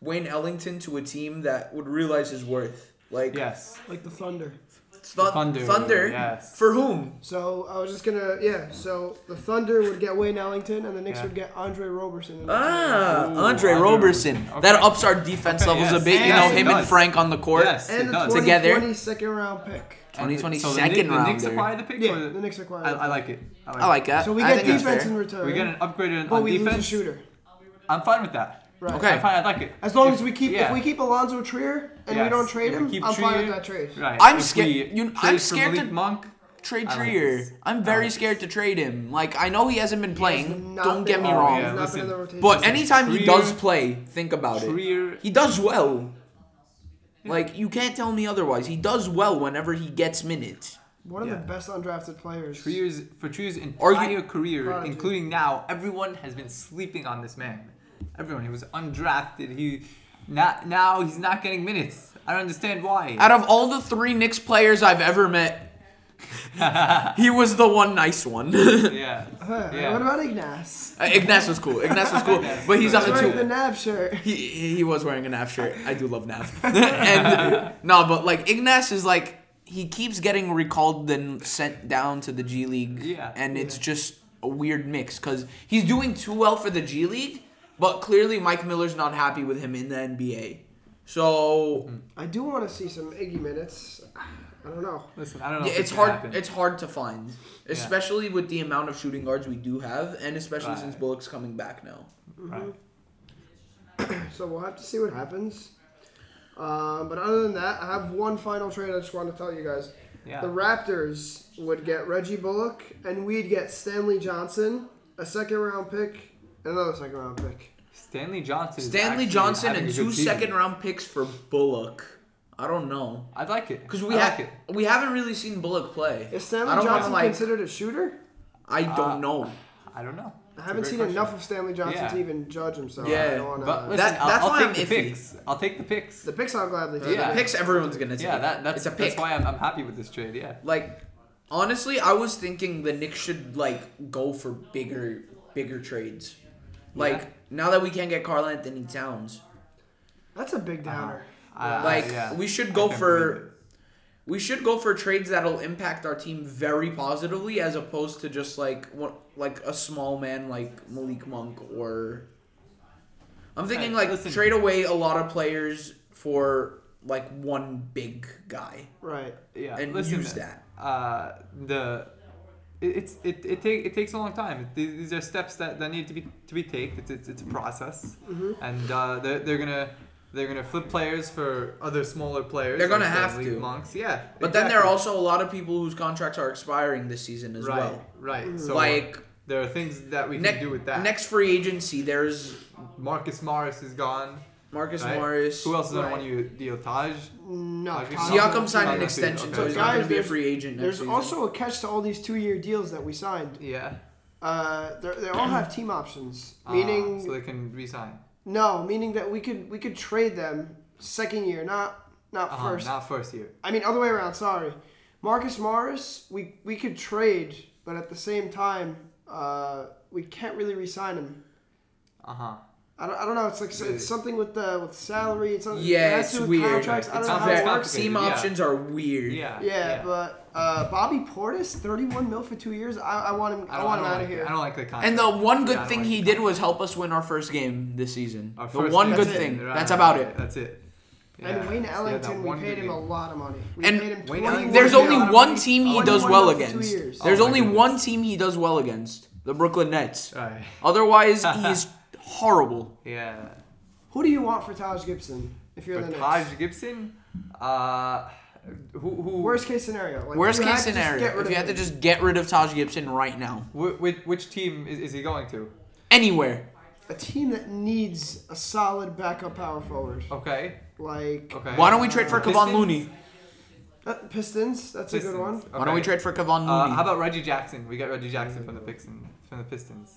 B: Wayne Ellington to a team that would realize his worth. Like
A: Yes.
C: like the Thunder.
B: Thu-
A: Thunder,
B: Thunder.
A: yes.
B: For whom?
C: So I was just gonna yeah. So the Thunder would get Wayne Ellington, and the Knicks
A: Yeah.
C: would get Andre Roberson.
A: Ooh,
B: Ah, Andre
A: Andre
B: Roberson.
A: Roberson.
B: That
A: Okay.
B: ups our defense
A: Okay,
B: levels
A: yes.
B: a bit. You
A: Yes,
B: know,
A: it
B: him and
A: does.
B: Frank on the court.
A: Yes,
C: and
A: it
C: the
A: does.
C: 2020
B: Together.
C: second round pick.
A: And the-
B: 2020
A: so the
B: second
A: Knick- the Knicks
B: rounder.
A: acquire the pick.
C: Yeah,
A: or-
C: the Knicks acquired.
A: I, I like it. I like,
B: I
A: it.
B: like that.
C: so we
B: I
C: get
B: think that's
C: defense
B: fair.
C: in return.
A: We get an upgrade on,
C: but
A: on
C: we
A: defense.
C: lose a shooter.
A: I'm fine with that.
C: Right.
B: Okay.
A: I'm fine. I like it.
C: As long
A: If-
C: as we keep
A: yeah.
C: if we keep Alonzo Trier and we
A: Yes.
C: don't trade
A: If we
C: him,
A: keep
C: I'm fine with
A: Trier-
C: that trade.
A: Right.
B: I'm
A: If
B: scared-
A: we
B: you- I'm
A: trade for
B: scared
A: Malik
B: to-
A: Monk.
B: Trade
A: I like
B: Trier.
A: this. I
B: I'm very
A: like
B: scared to trade him. Like I know he hasn't been playing.
C: Not
B: Don't
C: been-
B: get me
A: Oh,
B: wrong.
A: yeah.
C: he's not
A: listen.
C: been in the rotation.
B: But anytime he
A: Trier-
B: does play, think about it.
A: Trier.
B: He does well. Like you can't tell me otherwise. He does well whenever he gets minutes.
C: one of
A: Yeah.
C: the best undrafted players.
A: Trier's for Trier's entire
B: Argu-
A: career,
C: Prodigy.
A: including now, everyone has been sleeping on this man. Everyone. He was undrafted. He not now he's not getting minutes. I don't understand why.
B: Out of all the three Knicks players I've ever met, he was the one nice one.
A: yeah.
C: Huh,
A: Yeah.
C: What about Ignas?
B: Uh, Ignaz was cool. Ignaz was cool, but he's on
C: He's
B: the
C: wearing the
B: two.
C: Nav shirt.
B: He, he he was wearing a Nav shirt. I do love Nav. and no, but like Ignaz is like he keeps getting recalled then sent down to the G League.
A: Yeah.
B: and it's just a weird mix because he's doing too well for the G League, but clearly Mike Miller's not happy with him in the NBA.
A: Mm-hmm.
B: So
C: I do want to see some Iggy minutes. I don't know.
A: Listen, I don't know.
B: yeah,
A: if
B: it's
A: this
B: hard.
A: happened.
B: It's hard to find, especially with the amount of shooting guards we do have, and especially
A: Right.
B: since Bullock's coming back now.
A: right.
C: Mm-hmm. So we'll have to see what happens. Um, but other than that, I have one final trade I just want to tell you guys.
A: Yeah.
C: The Raptors would get Reggie Bullock, and we'd get Stanley Johnson, a second round pick, and another second round pick.
A: Stanley Johnson. is
B: Stanley
A: actually
B: Johnson
A: having
B: and
A: a good
B: two
A: season.
B: second round picks for Bullock. I don't know
A: I'd like it.
B: because we
A: I
B: have
A: like it.
B: we haven't really seen Bullock play.
C: Is Stanley
B: I don't
C: Johnson
B: wanna, like,
C: considered a shooter?
B: I don't
A: Uh,
B: know.
A: I don't know.
C: I haven't
A: great
C: seen
A: question.
C: enough of Stanley Johnson
A: Yeah.
C: to even judge him, uh, so I
B: Yeah,
C: don't want to.
A: But listen,
B: That-
A: I'll,
B: that's
A: I'll
B: why
A: take
B: I'm
A: the
B: iffy.
A: picks. I'll take the picks.
C: the picks I'll gladly take.
A: Yeah.
B: Picks everyone's gonna take.
A: yeah, that, that's
B: it's a pick.
A: that's why I'm, I'm happy with this trade. Yeah.
B: like honestly, I was thinking the Knicks should like go for bigger bigger trades. Like
A: Yeah.
B: now that we can't get Carl Anthony Towns,
C: That's a big downer.
A: Uh,
B: like
A: yeah.
B: we should
A: I
B: go
A: can't believe
B: for we should go for trades that'll impact our team very positively as opposed to just like what like a small man like Malik Monk or I'm thinking
A: Hey,
B: like
A: listen.
B: trade away a lot of players for like one big guy
C: Right.
A: it. yeah.
B: and
A: listen,
B: use that.
A: Uh, the it, it's it it, take, it takes a long time. These, these are steps that, that need to be to be taken. It's, it's, it's a process,
C: Mm-hmm.
A: and uh, they're, they're gonna they're gonna flip players for other smaller players.
B: They're gonna
A: like, uh,
B: have
A: league
B: to.
A: monks. Yeah.
B: But then there are
A: exactly.
B: also a lot of people whose contracts are expiring this season as
A: right
B: well.
C: Mm-hmm.
A: right. So
B: like
A: there are things that we can
B: next
A: do with that.
B: next free agency, there's
A: Marcus Morris is gone.
B: Marcus
A: Right.
B: Morris.
A: Who else is on
C: Right.
A: one year deal? Taj.
C: No.
A: Siakam
B: Siakam signed
A: Siakam
B: an
A: too,
B: extension,
A: okay.
B: so he's not going
C: Guys,
B: to be a
C: there's-
B: free agent. Next
C: There's
B: season.
C: also a catch to all these two-year deals that we signed.
A: Yeah.
C: Uh, they're- they all have team options,
A: Ah,
C: meaning
A: so they can resign.
C: no, meaning that we could we could trade them second year, not not
A: Uh-huh,
C: first.
A: Not first year.
C: I mean, other way around. Sorry, Marcus Morris. We we could trade, but at the same time, uh, we can't really re-sign him.
A: Uh huh.
C: I don't, I don't know. It's like it's something with the with salary. It's something. it
B: yeah,
C: has
B: it's
C: to do with
B: weird.
C: Contracts. I don't
A: It's
C: know
A: not
C: how it
A: very-
C: works.
B: Team
A: yeah.
B: options are weird.
A: Yeah.
C: Yeah, but uh, Bobby Portis, thirty-one mil for two years. I, I want him. I, want him
A: don't
C: out
A: like
C: of
A: it.
C: here.
A: I don't like the contract.
B: And the one good
A: Yeah, I don't
B: thing
A: like
B: he
A: the
B: did was help us win our first game this season.
A: Our
B: the
A: first-
B: one
A: that's
B: good
C: it.
B: thing.
A: Right,
B: That's
A: right,
B: about
A: right,
B: it.
A: That's it.
C: And
A: Yeah,
C: Wayne
A: yeah,
C: Ellington,
A: that
C: we
A: one
C: paid
A: good
C: him a
A: game.
C: lot of money. We
B: And
C: paid him
A: Wayne
C: 21
A: Ellington-
B: There's
C: mil.
B: only
A: Yeah.
B: one team he
C: 21
B: does
C: mil
B: well
C: for two
B: against.
C: years.
B: There's
A: Oh my
B: only
A: goodness.
B: one team he does well against. The Brooklyn Nets.
A: Right.
B: Otherwise, he is horrible.
A: Yeah.
C: Who do you want for Taj Gibson? if you're
A: for
C: the
A: Taj
C: Knicks.
A: Gibson, uh, who who
C: Worst case scenario. Like,
B: Worst
C: you had
B: case
C: to just get
B: scenario,
C: rid
B: if
C: of
B: you had to
C: him.
B: just get rid of Taj Gibson right now,
A: wh- which, which team is, is he going to?
B: anywhere,
C: a team that needs a solid backup power forward,
A: Okay,
C: like
A: okay.
B: why don't we trade for
A: Pistons?
B: Kevon Looney?
C: uh, Pistons. That's a
A: Pistons,
C: good one.
B: Why don't we
A: okay.
B: trade for Kevon
A: Uh,
B: Looney?
A: how about Reggie Jackson? We got Reggie Jackson from the Pistons. From the Pistons.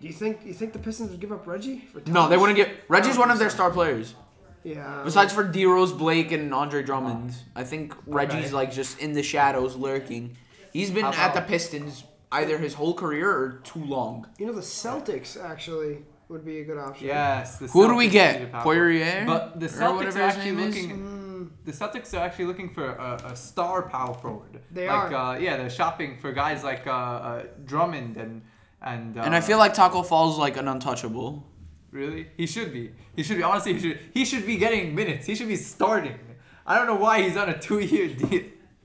C: Do you think you think the Pistons would give up Reggie for?
B: no, they
C: Thomas?
B: wouldn't get. Reggie's
C: don't
B: one
C: think
B: of their
C: so.
B: star players.
C: Yeah.
B: Besides for D Rose, Blake, and Andre Drummond, I think Reggie's
A: Oh. Okay.
B: like just in the shadows lurking. He's been
A: How
B: at the
A: about-
B: Pistons either his whole career or too long.
C: you know the Celtics actually would be a good option.
A: Yes. the
B: Who do we
A: Celtics need
B: get?
A: a power
B: Poirier?
A: But the
B: Or
A: Celtics
B: whatever
A: are
B: his
A: actually
B: name is?
A: looking. The Celtics are actually looking for a, a star power forward.
C: They
A: like,
C: are.
A: Uh, yeah, they're shopping for guys like uh, uh, Drummond and and. Uh,
B: And I feel like Taco Fall's like an untouchable.
A: really he should be. He should be. Honestly, he should. He should be getting minutes. He should be starting. I don't know why he's on a two-year deal.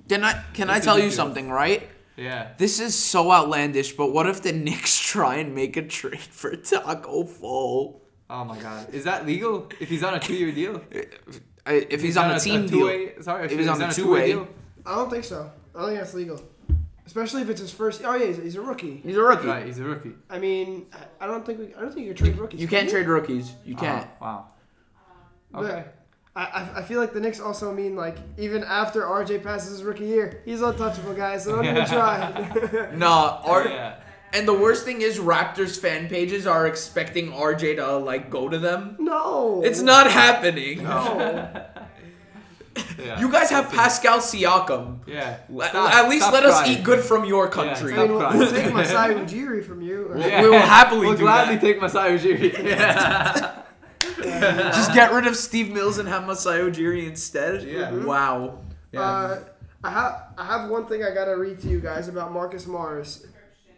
B: Then I can I
A: It's
B: tell you
A: ridiculous.
B: something, right?
A: Yeah.
B: This is so outlandish, but what if the Knicks try and make a trade for Taco Fall?
A: Oh my God. Is that legal? If he's on a two-year deal.
B: I- If he's on a team deal,
A: two-way- Sorry,
B: If he's on a two-way.
A: deal.
C: I don't think so. I don't think that's legal, especially if it's his first. Oh yeah, he's, he's a rookie.
B: he's a rookie.
A: Right, he's a rookie.
C: I mean, I- I don't think we, I don't think you can trade rookies.
B: You
C: can
B: can't trade rookies. You can't.
A: Uh-huh, Wow.
C: But
A: Okay.
C: I, I- I feel like the Knicks also mean like even after RJ passes his rookie year, he's untouchable, guys. So don't even try.
B: No, or
A: yeah.
B: And the worst thing is Raptors fan pages are expecting RJ to like go to them.
C: no,
B: It's not happening.
C: No,
A: yeah.
B: You guys have Pascal Siakam.
A: Yeah.
B: Le-
A: Stop-
B: at least
A: stop
B: let us
A: crying.
B: eat good from your
A: Yeah,
B: country.
C: I
A: stop
C: mean, we'll,
A: crying.
C: we'll take Masai Ujiri from you. or-
B: Yeah. We will happily
A: We'll
B: do
A: gladly
B: that.
A: take Masai Ujiri. Yeah.
B: Just get rid of Steve Mills and have Masai Ujiri instead.
A: Yeah.
B: Wow.
C: Uh, I have I have one thing I gotta read to you guys about Marcus Morris.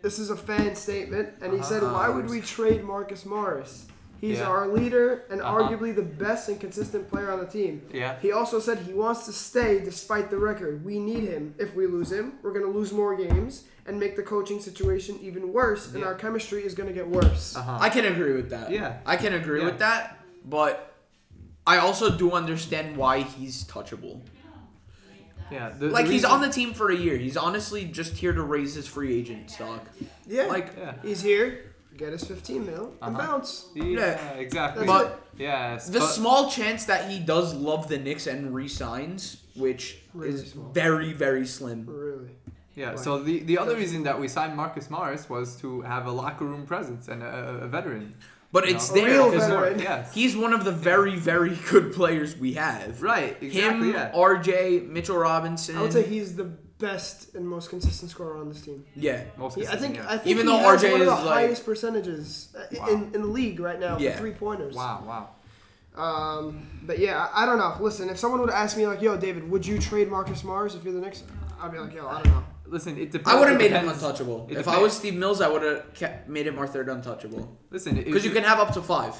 C: This is a fan statement, and he said, "Why would we trade Marcus Morris? He's
A: Yeah.
C: our leader and
A: Uh-huh.
C: arguably the best and consistent player on the team."
A: yeah.
C: He also said he wants to stay despite the record. We need him. If we lose him, we're gonna lose more games and make the coaching situation even worse, and
A: Yeah.
C: our chemistry is gonna get worse.
A: Uh-huh.
B: I can agree with that.
A: Yeah.
B: I can agree
A: Yeah.
B: with that, but I also do understand why he's touchable.
A: yeah. The,
B: Like
A: the
B: he's
A: reason-
B: on the team for a year. He's honestly just here to raise his free agent stock.
C: Yeah,
B: Like
A: Yeah.
C: he's here. Get his 15 mil and
A: Uh-huh.
C: bounce.
A: Yeah, exactly.
C: That's
B: But-
C: it.
A: yes.
B: The
A: but-
B: small chance that he does love the Knicks and resigns, which
C: Really
B: is
C: small.
B: very, very slim.
C: Really.
A: yeah. So the, the other reason that we signed Marcus Morris was to have a locker room presence and a, a- a veteran.
B: But
A: you
B: it's
A: know?
C: A
B: there
C: real
B: because
C: veteran.
A: Yes.
B: he's one of the very, very good players we have.
A: Right. Exactly.
B: Him,
A: yeah.
B: RJ, Mitchell Robinson.
C: I would say he's the best and most consistent scorer on this team.
B: yeah.
A: Most
C: Yeah, I think
A: consistent,
C: I think
B: Even
C: he
B: though
C: has
B: RJ
C: one of the
B: is, like-
C: highest percentages uh,
A: Wow.
C: in, in the league right now
B: Yeah.
C: for three pointers.
A: yeah. Wow. Wow.
C: Um, but yeah, I, I don't know. Listen, if someone would ask me like, "Yo, David, would you trade Marcus Mars if you're the Knicks?" I'd be like, "Yo, I don't know."
A: Listen, it depends.
B: I would have
A: it
B: made him
A: depends-
B: untouchable.
A: it
B: If I
A: depends.
B: was Steve Mills, I would have kept made him our third untouchable.
A: Listen, it-
B: Because you can have up to five.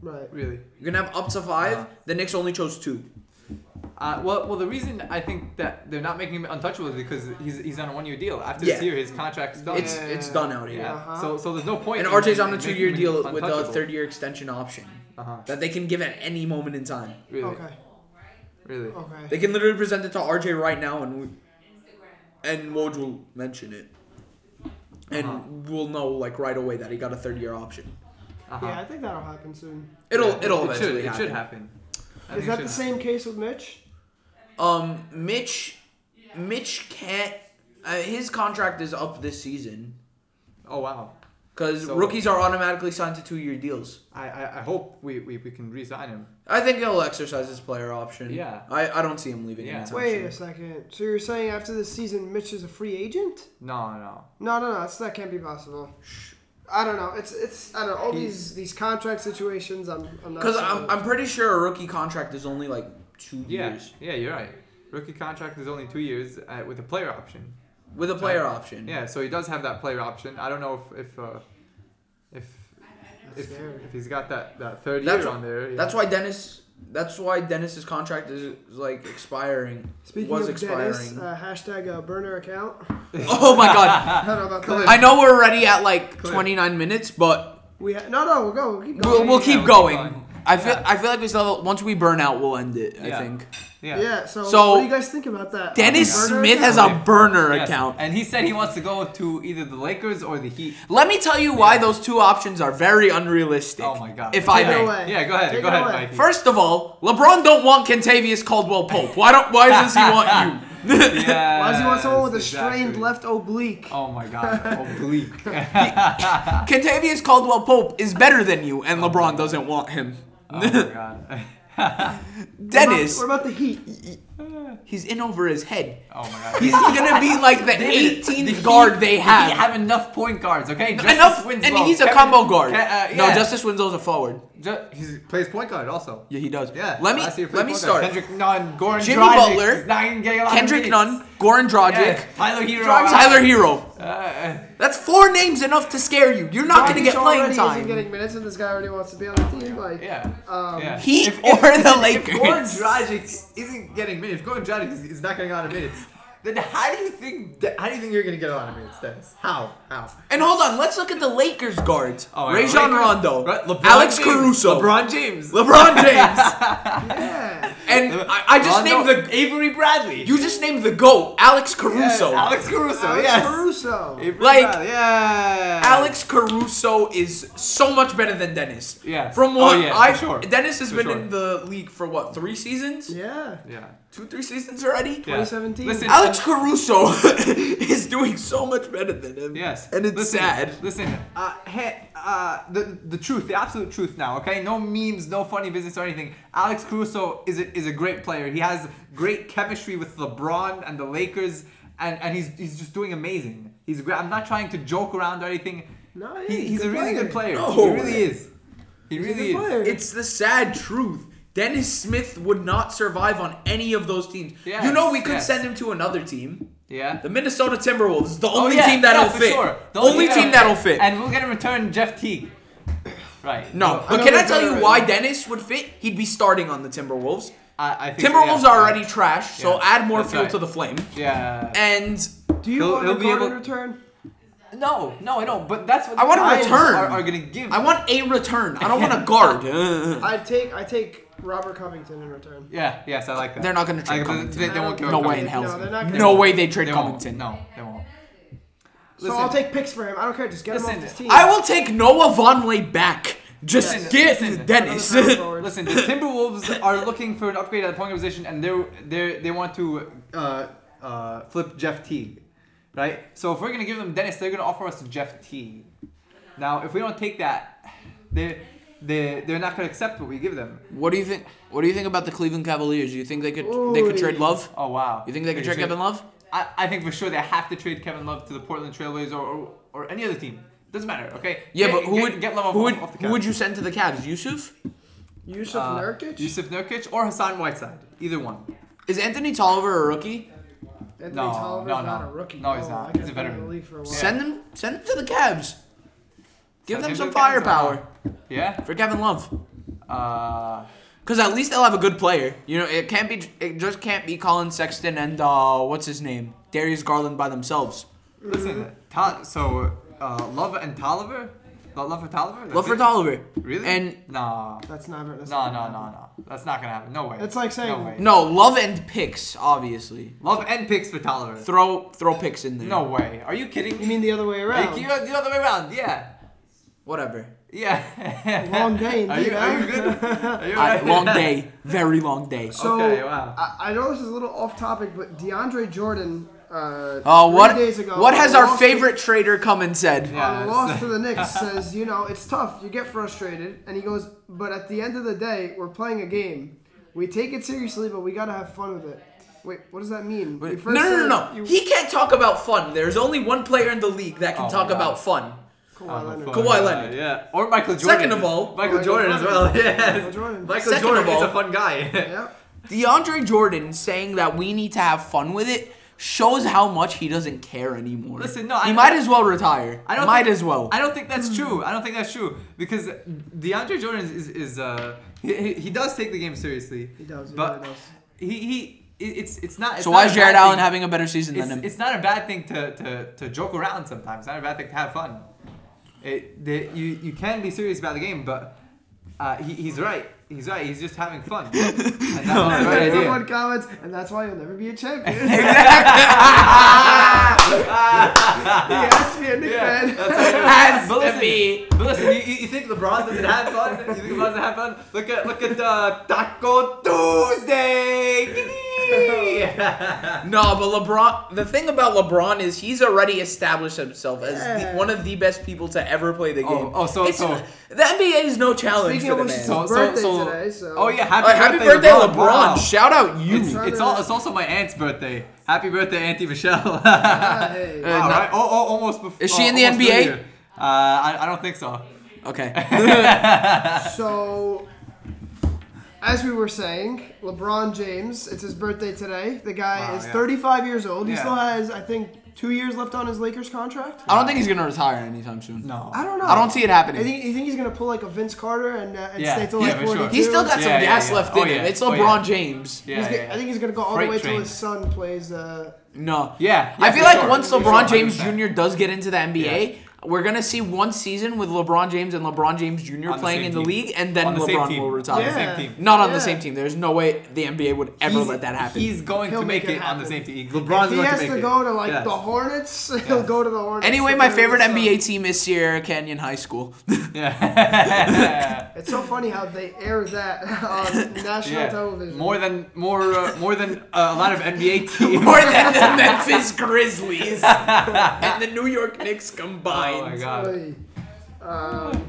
C: Right.
A: really.
B: You can have up to five.
A: Uh-huh.
B: The Knicks only chose two.
A: Uh, well, well, the reason I think that they're not making him untouchable is because he's, he's on a one year deal. After this
B: Yeah.
A: year, his contract's done.
B: It's
C: yeah,
B: it's
C: yeah.
B: done out
A: yeah.
B: here.
C: Uh-huh.
A: So so there's no point.
B: And
A: in-
B: RJ's
A: in
B: on a
A: making
B: two-year
A: him
B: deal with a
A: untouchable.
B: third-year extension option
A: Uh-huh.
B: that they can give at any moment in time.
A: Really,
C: Okay.
A: really.
C: Okay.
B: They can literally present it to RJ right now, and we, and Woj will mention it, and
A: Uh-huh.
B: we'll know like right away that he got a third year option.
A: Uh-huh.
C: Yeah, I think that'll happen soon.
B: It'll
A: Yeah,
B: it'll
A: it
B: eventually
A: should,
B: happen.
A: It should happen. I
C: Is
A: think it
C: that
A: should
C: the same case with Mitch?
B: Um, Mitch, Mitch can't. Uh, his contract is up this season
A: happen. Oh wow.
B: because
A: So-
B: rookies are automatically signed to two year deals.
A: I, I, I hope we, we, we can re-sign him.
B: I think he'll exercise his player option.
A: Yeah.
B: I, I don't see him leaving.
A: Yeah.
B: anytime
C: Wait
B: soon.
C: a second. So you're saying after this season, Mitch is a free agent?
A: No, no.
C: No, no, no. That's, that can't be possible. I don't know. It's it's I don't know all these these contract situations. I'm I'm not.
B: Because
C: sure.
B: I'm, I'm pretty sure a rookie contract is only like two
A: Yeah,
B: years
A: yeah, you're right. Rookie contract is only two years uh, with a player option.
B: with a player option.
A: Yeah, so he does have that player option. I don't know if if uh, if
C: That's
A: if,
C: fair.
A: if he's got that, that third
B: That's
A: year
B: wh-
A: on there. yeah.
B: That's why Dennis. That's why Dennis's contract is like expiring.
C: Speaking
B: was
C: of Dennis,
B: expiring.
C: uh, hashtag uh, burner account.
B: oh my god!
C: I don't know about that.
B: I know we're already at like
A: Clear.
B: 29 minutes, but
C: We ha- no, no, we'll go. We'll keep going.
B: we'll, we'll
A: yeah,
B: keep
A: we'll keep
B: going.
A: going.
B: I feel I feel like we still have, once we burn out, we'll end it. I
A: Yeah.
B: think
A: Yeah.
C: Yeah. So,
B: So,
C: what do you guys think about that?
B: Dennis
C: Burner
B: Smith has
C: account?
B: a burner
A: Yes.
B: account.
A: And he said he wants to go to either the Lakers or the Heat.
B: Let me tell you why those two options are very unrealistic.
A: Oh my God.
B: If I
C: Take it
B: may.
C: away.
A: Yeah, go ahead.
C: Take
A: go
C: it
A: ahead,
C: away.
A: Mikey.
B: First of all, LeBron don't want Contavious Caldwell Pope. Why don't? Why does he want you?
A: yes,
C: Why does he want someone with a
A: exactly.
C: strained left oblique?
A: Oh my god, oblique.
B: Contavious Caldwell Pope is better than you, and LeBron doesn't want him.
A: oh my god.
C: What about-
B: Dennis,
C: What about the Heat?
B: he's in over his head.
A: Oh my god.
B: He's gonna be like the
A: David, the
B: 18th guard
A: Heat-
B: they
A: They
B: have.
A: have enough point guards, okay?
B: Enough, and he's a combo guard. No,
A: No, just
B: Justice Winslow's a forward.
A: he plays point guard also.
B: Yeah, he does.
A: Yeah.
B: Let me
A: last year he played
B: let me
A: point guard.
B: start.
A: Kendrick Nunn, Goran
B: Jimmy
A: Dragic
B: Butler,
A: is not even getting a lot of
B: Kendrick
A: minutes.
B: Nunn, Goran
A: Yeah,
B: Dragic,
A: Tyler Hero.
B: Tyler Hero.
A: Uh,
B: That's four names enough to scare you. You're not gonna
C: Jokic
B: get playing
C: already
B: time.
C: Isn't getting minutes, and this guy already wants to be on the team. Like,
A: yeah.
C: Um,
A: yeah.
B: Heat
A: If-
B: or
A: if-
B: the
A: If Goran
B: Lakers.
A: Dragic isn't getting minutes, if Goran Dragic is, is not getting a lot of minutes, then how do you think that, how do you think you're gonna get a lot of minutes, Dennis? How? How?
B: And hold on, let's look at the Lakers guards.
A: Oh, yeah,
B: Rajon
A: Lakers-
B: Rondo,
A: Right, LeBron
B: Alex
A: James,
B: Caruso, LeBron,
A: LeBron James.
B: James,
C: yeah.
B: and I, I just
A: Rondo-
B: named the.
A: Avery Bradley.
B: You just named the goat, Alex Caruso.
A: Oh, Yeah, Alex Caruso.
C: Alex
A: yes.
C: Caruso.
A: Avery
B: Like,
A: Bradley, yeah.
B: Alex Caruso is so much better than Dennis.
A: Yes.
B: From
A: Oh,
B: what
A: yeah,
B: I
A: for sure.
B: Dennis has
A: For
B: been
A: sure.
B: in the league for what three seasons?
C: Yeah.
A: Yeah.
B: Two, three seasons already.
A: Yeah.
C: 2017.
A: Listen,
B: Alex Caruso is doing so much better than him.
A: Yes.
B: and it's
A: listen,
B: sad.
A: Listen, uh, hey, uh, the the truth, the absolute truth now. Okay, no memes, no funny business or anything. Alex Caruso is a, is a great player. He has great chemistry with LeBron and the Lakers, and, and he's he's just doing amazing. He's great. I'm not trying to joke around or anything.
C: No,
A: he,
C: he's a
A: he's a
C: good
A: really good
C: player.
A: player.
B: No.
A: He really is. He
C: He's a
A: really
C: good
A: is.
C: player.
B: It's the sad truth. Dennis Smith would not survive on any of those teams.
A: Yes,
B: you know we could
A: yes.
B: send him to another team.
A: Yeah.
B: The Minnesota Timberwolves is the
A: Oh,
B: only
A: yeah,
B: team that'll
A: yeah, for
B: fit.
A: sure.
B: The only team that'll fit.
A: And we'll get in return Jeff Teague. Right.
B: no,
C: I
B: but
C: know
B: can I
C: they're
B: tell
C: better
B: you
C: at-
B: why Dennis would fit? He'd be starting on the Timberwolves.
A: I, I think
B: Timberwolves
A: yeah.
B: are already trash, so
A: Yeah,
B: add more
A: that's
B: fuel
A: right.
B: to the flame.
A: Yeah.
B: And
C: Do you
A: He'll-
C: want
A: he'll
C: a
A: be
C: guard
A: able-
C: in return?
A: No, no, I don't. But that's what
B: I want a
A: the Lions
B: return.
A: Are, are gonna give.
B: I want a return. I don't want a guard. Ugh.
C: I take I take Robert Covington in return.
A: Yeah. Yes, I like that.
B: They're not gonna trade
A: Like, they-
B: Covington.
A: They, they won't.
C: No
B: no
A: go
B: way in hell.
C: No,
B: No,
C: they're not gonna-
B: way they trade
A: They won't.
B: Covington.
A: No, they won't.
C: so I'll take picks for him. I don't care. Just get him
A: Listen,
C: off this team.
B: I will take Noah Vonleh back. Just
A: Listen,
B: get
A: listen.
B: Dennis.
C: Another power forward.
A: Listen, the Timberwolves are looking for an upgrade at the point guard position, and they're they they want to uh, uh, flip Jeff Teague, right? So if we're gonna give them Dennis, they're gonna offer us Jeff Teague. Now, if we don't take that, they they they're not gonna accept what we give them.
B: what do you think? What do you think about the Cleveland Cavaliers? Do you think they could they could trade
C: Ooh.
B: Love?
A: Oh wow!
B: You think they could
A: Wait,
B: trade
A: so-
B: Kevin Love?
A: I, I think for sure they have to trade Kevin Love to the Portland Trailblazers or, or, or any other team. Doesn't matter, okay?
B: Yeah,
A: Get-
B: but who
A: get-
B: would
A: get Love off,
B: who would
A: off, off the
B: who would you send to the Cavs? Yusuf?
C: Yusuf Uh, Nurkic.
A: Yusuf Nurkic or Hassan Whiteside, either one.
B: Is Anthony Tolliver a rookie?
C: Anthony
A: No,
C: Tolliver's
A: no, no.
C: not a rookie.
A: No, he's
C: Oh,
A: not.
C: I
A: He's
C: guess
A: a
C: been in
A: veteran.
C: the league for a while.
B: Send them send them to the Cavs. Give
A: Send
B: them
A: him
B: some
A: to the Cavs,
B: firepower
A: Yeah.
B: for Kevin Love.
A: Uh,
B: Cause at least they'll have a good player. You know, it can't be. It just can't be Colin Sexton and uh, what's his name, Darius Garland by themselves.
A: listen, Tal- so uh, Love and Tolliver, Lo- Love for Tolliver. That's
B: Look for
A: it?
B: Tolliver.
A: Really?
B: And
A: no,
C: That's not. That's
A: no,
C: not
A: no, no, no. That's not gonna happen. No way.
C: It's like saying-
A: no way.
B: no, Love and picks obviously.
A: Love and picks for Tolliver.
B: Throw throw picks in there.
A: no way. Are you kidding
C: You
A: me?
C: mean the other way
A: Like,
C: around?
A: you the other way around. Yeah.
B: Whatever.
A: Yeah.
C: Long day
A: Are you,
C: indeed,
A: are you
C: huh?
A: good? Are you
B: I,
A: alright?
B: long day. Very long day.
C: So
A: Okay, wow.
C: I, I know this is a little off topic, but DeAndre Jordan. Uh,
B: Oh,
C: three
B: what?
C: Days ago,
B: what has
C: on a
B: our
C: loss to-
B: favorite trader come and said?
A: Yeah.
C: on a
A: Yes.
C: loss to the Knicks says, you know, it's tough. You get frustrated, and he goes, but at the end of the day, we're playing a game. We take it seriously, but we gotta have fun with it. Wait, what does that mean? You
B: No,
C: first
B: no, no,
C: said
B: no.
C: you-
B: He can't talk about fun. There's only one player in the league that can
A: Oh,
B: talk
A: God.
B: about fun.
C: Kawhi Leonard.
A: Fuck,
B: Kawhi
A: uh,
B: Leonard.
A: Yeah. Or Michael Jordan.
B: Second of all-
A: Michael
C: Michael
A: Jordan as well.
C: Jordan.
A: Yes.
C: Michael Jordan.
A: Michael
B: Second
A: Jordan
B: of
A: is
B: all-
A: a fun guy.
C: Yep.
B: DeAndre Jordan saying that we need to have fun with it shows how much he doesn't care anymore.
A: Listen, no,
B: he
A: I-
B: might as well retire.
A: I don't
B: might
A: think-
B: as well.
A: I don't think that's true. I don't think that's true because DeAndre Jordan is is, is uh he, he- he does take the game seriously.
C: He does, he
A: But
C: really
A: he he it- it's it's not. It's
B: so
A: not
B: why
A: a
B: is Jared
A: bad
B: Allen
A: thing.
B: having a better season than him?
A: It's, it's not a bad thing to, to, to joke around sometimes. It's not a bad thing to have fun. It, the, you you can be serious about the game, but. I- uh, he, he's right. He's right. He's just having fun. And that's the right
C: And
A: idea.
C: someone comments, and that's why you'll never be a champion. E yes, be a Nick fan.
B: Has
A: But
B: to
A: listen,
B: be.
A: but listen, you, you you think LeBron doesn't have fun? You think LeBron doesn't have fun? Look at look at uh, Taco Tuesday.
D: No, but LeBron. The thing about LeBron is he's already established himself as
C: Yeah.
D: the, one of the best people to ever play the game.
A: Oh, oh, so-
D: It's-
A: so-
D: the NBA is no challenge
C: Speaking
D: for
C: of
D: the
C: which,
D: man.
C: it's his birthday today, so-
A: oh yeah,
D: Uh,
A: happy,
D: happy birthday, LeBron!
A: Wow.
D: Shout out you.
A: It's,
C: Brother-
A: it's, all, it's also my aunt's birthday. Happy birthday, Auntie Michelle.
C: Ah, hey.
A: Wow, right? oh, oh, almost before.
B: Uh, Is she in the NBA?
A: Uh, I, I don't think so.
B: Okay.
C: So, as we were saying, LeBron James, it's his birthday today. The guy
A: Wow,
C: is
A: yeah.
C: 35 years old. He
A: Yeah.
C: still has, I think, two years left on his Lakers contract.
B: I don't think he's gonna retire anytime soon.
A: No.
C: I don't know.
B: I don't see it
C: I
B: happening.
C: think you think he's gonna pull like a Vince Carter and, uh, and
A: Yeah.
C: stay till
A: Yeah,
C: like
A: for sure.
C: 42?
B: He's still got
A: Yeah,
B: some
A: yeah,
B: gas
A: yeah.
B: left
A: Oh,
B: in him.
A: yeah.
B: It's
A: Oh,
B: LeBron
A: yeah.
B: James.
A: Yeah,
C: He's
A: yeah,
C: gonna-
A: yeah.
C: I think he's gonna go all
A: Freight
C: the way
A: train.
C: till his son plays. Uh,
B: No.
A: Yeah,
B: I
A: yeah,
B: feel
A: for
B: like
A: sure,
B: once
A: for
B: LeBron
A: sure,
B: James
A: 100%.
B: Jr. does get into the NBA, we're gonna see one season with LeBron James and LeBron James Jr.
A: On the
B: playing
A: same
B: in the
A: team.
B: league, and then
A: On the same
B: LeBron
A: team.
B: will
A: On
B: retire.
A: the same
C: Yeah.
A: team.
B: Not on
C: Yeah.
B: the same team. There's no way the NBA would ever
A: He's-
B: let that happen.
A: He's going
C: He'll
A: to make,
C: make it
A: it, on the same
C: happen.
A: team. LeBron's
C: if he
A: going
C: has
A: to,
C: to
A: make
C: go
A: it.
C: to like
A: Yes.
C: the Hornets, he'll go to the Hornets.
B: anyway,
C: to
B: my
C: play with
B: favorite
C: his son.
B: NBA team is Sierra Canyon High School.
A: Yeah.
C: It's so funny how they air that on national
A: Yeah.
C: television.
A: More than more uh, more than uh, a lot of NBA teams.
B: More than the Memphis Grizzlies and the New York Knicks combined.
A: oh my god.
C: Oy. Um,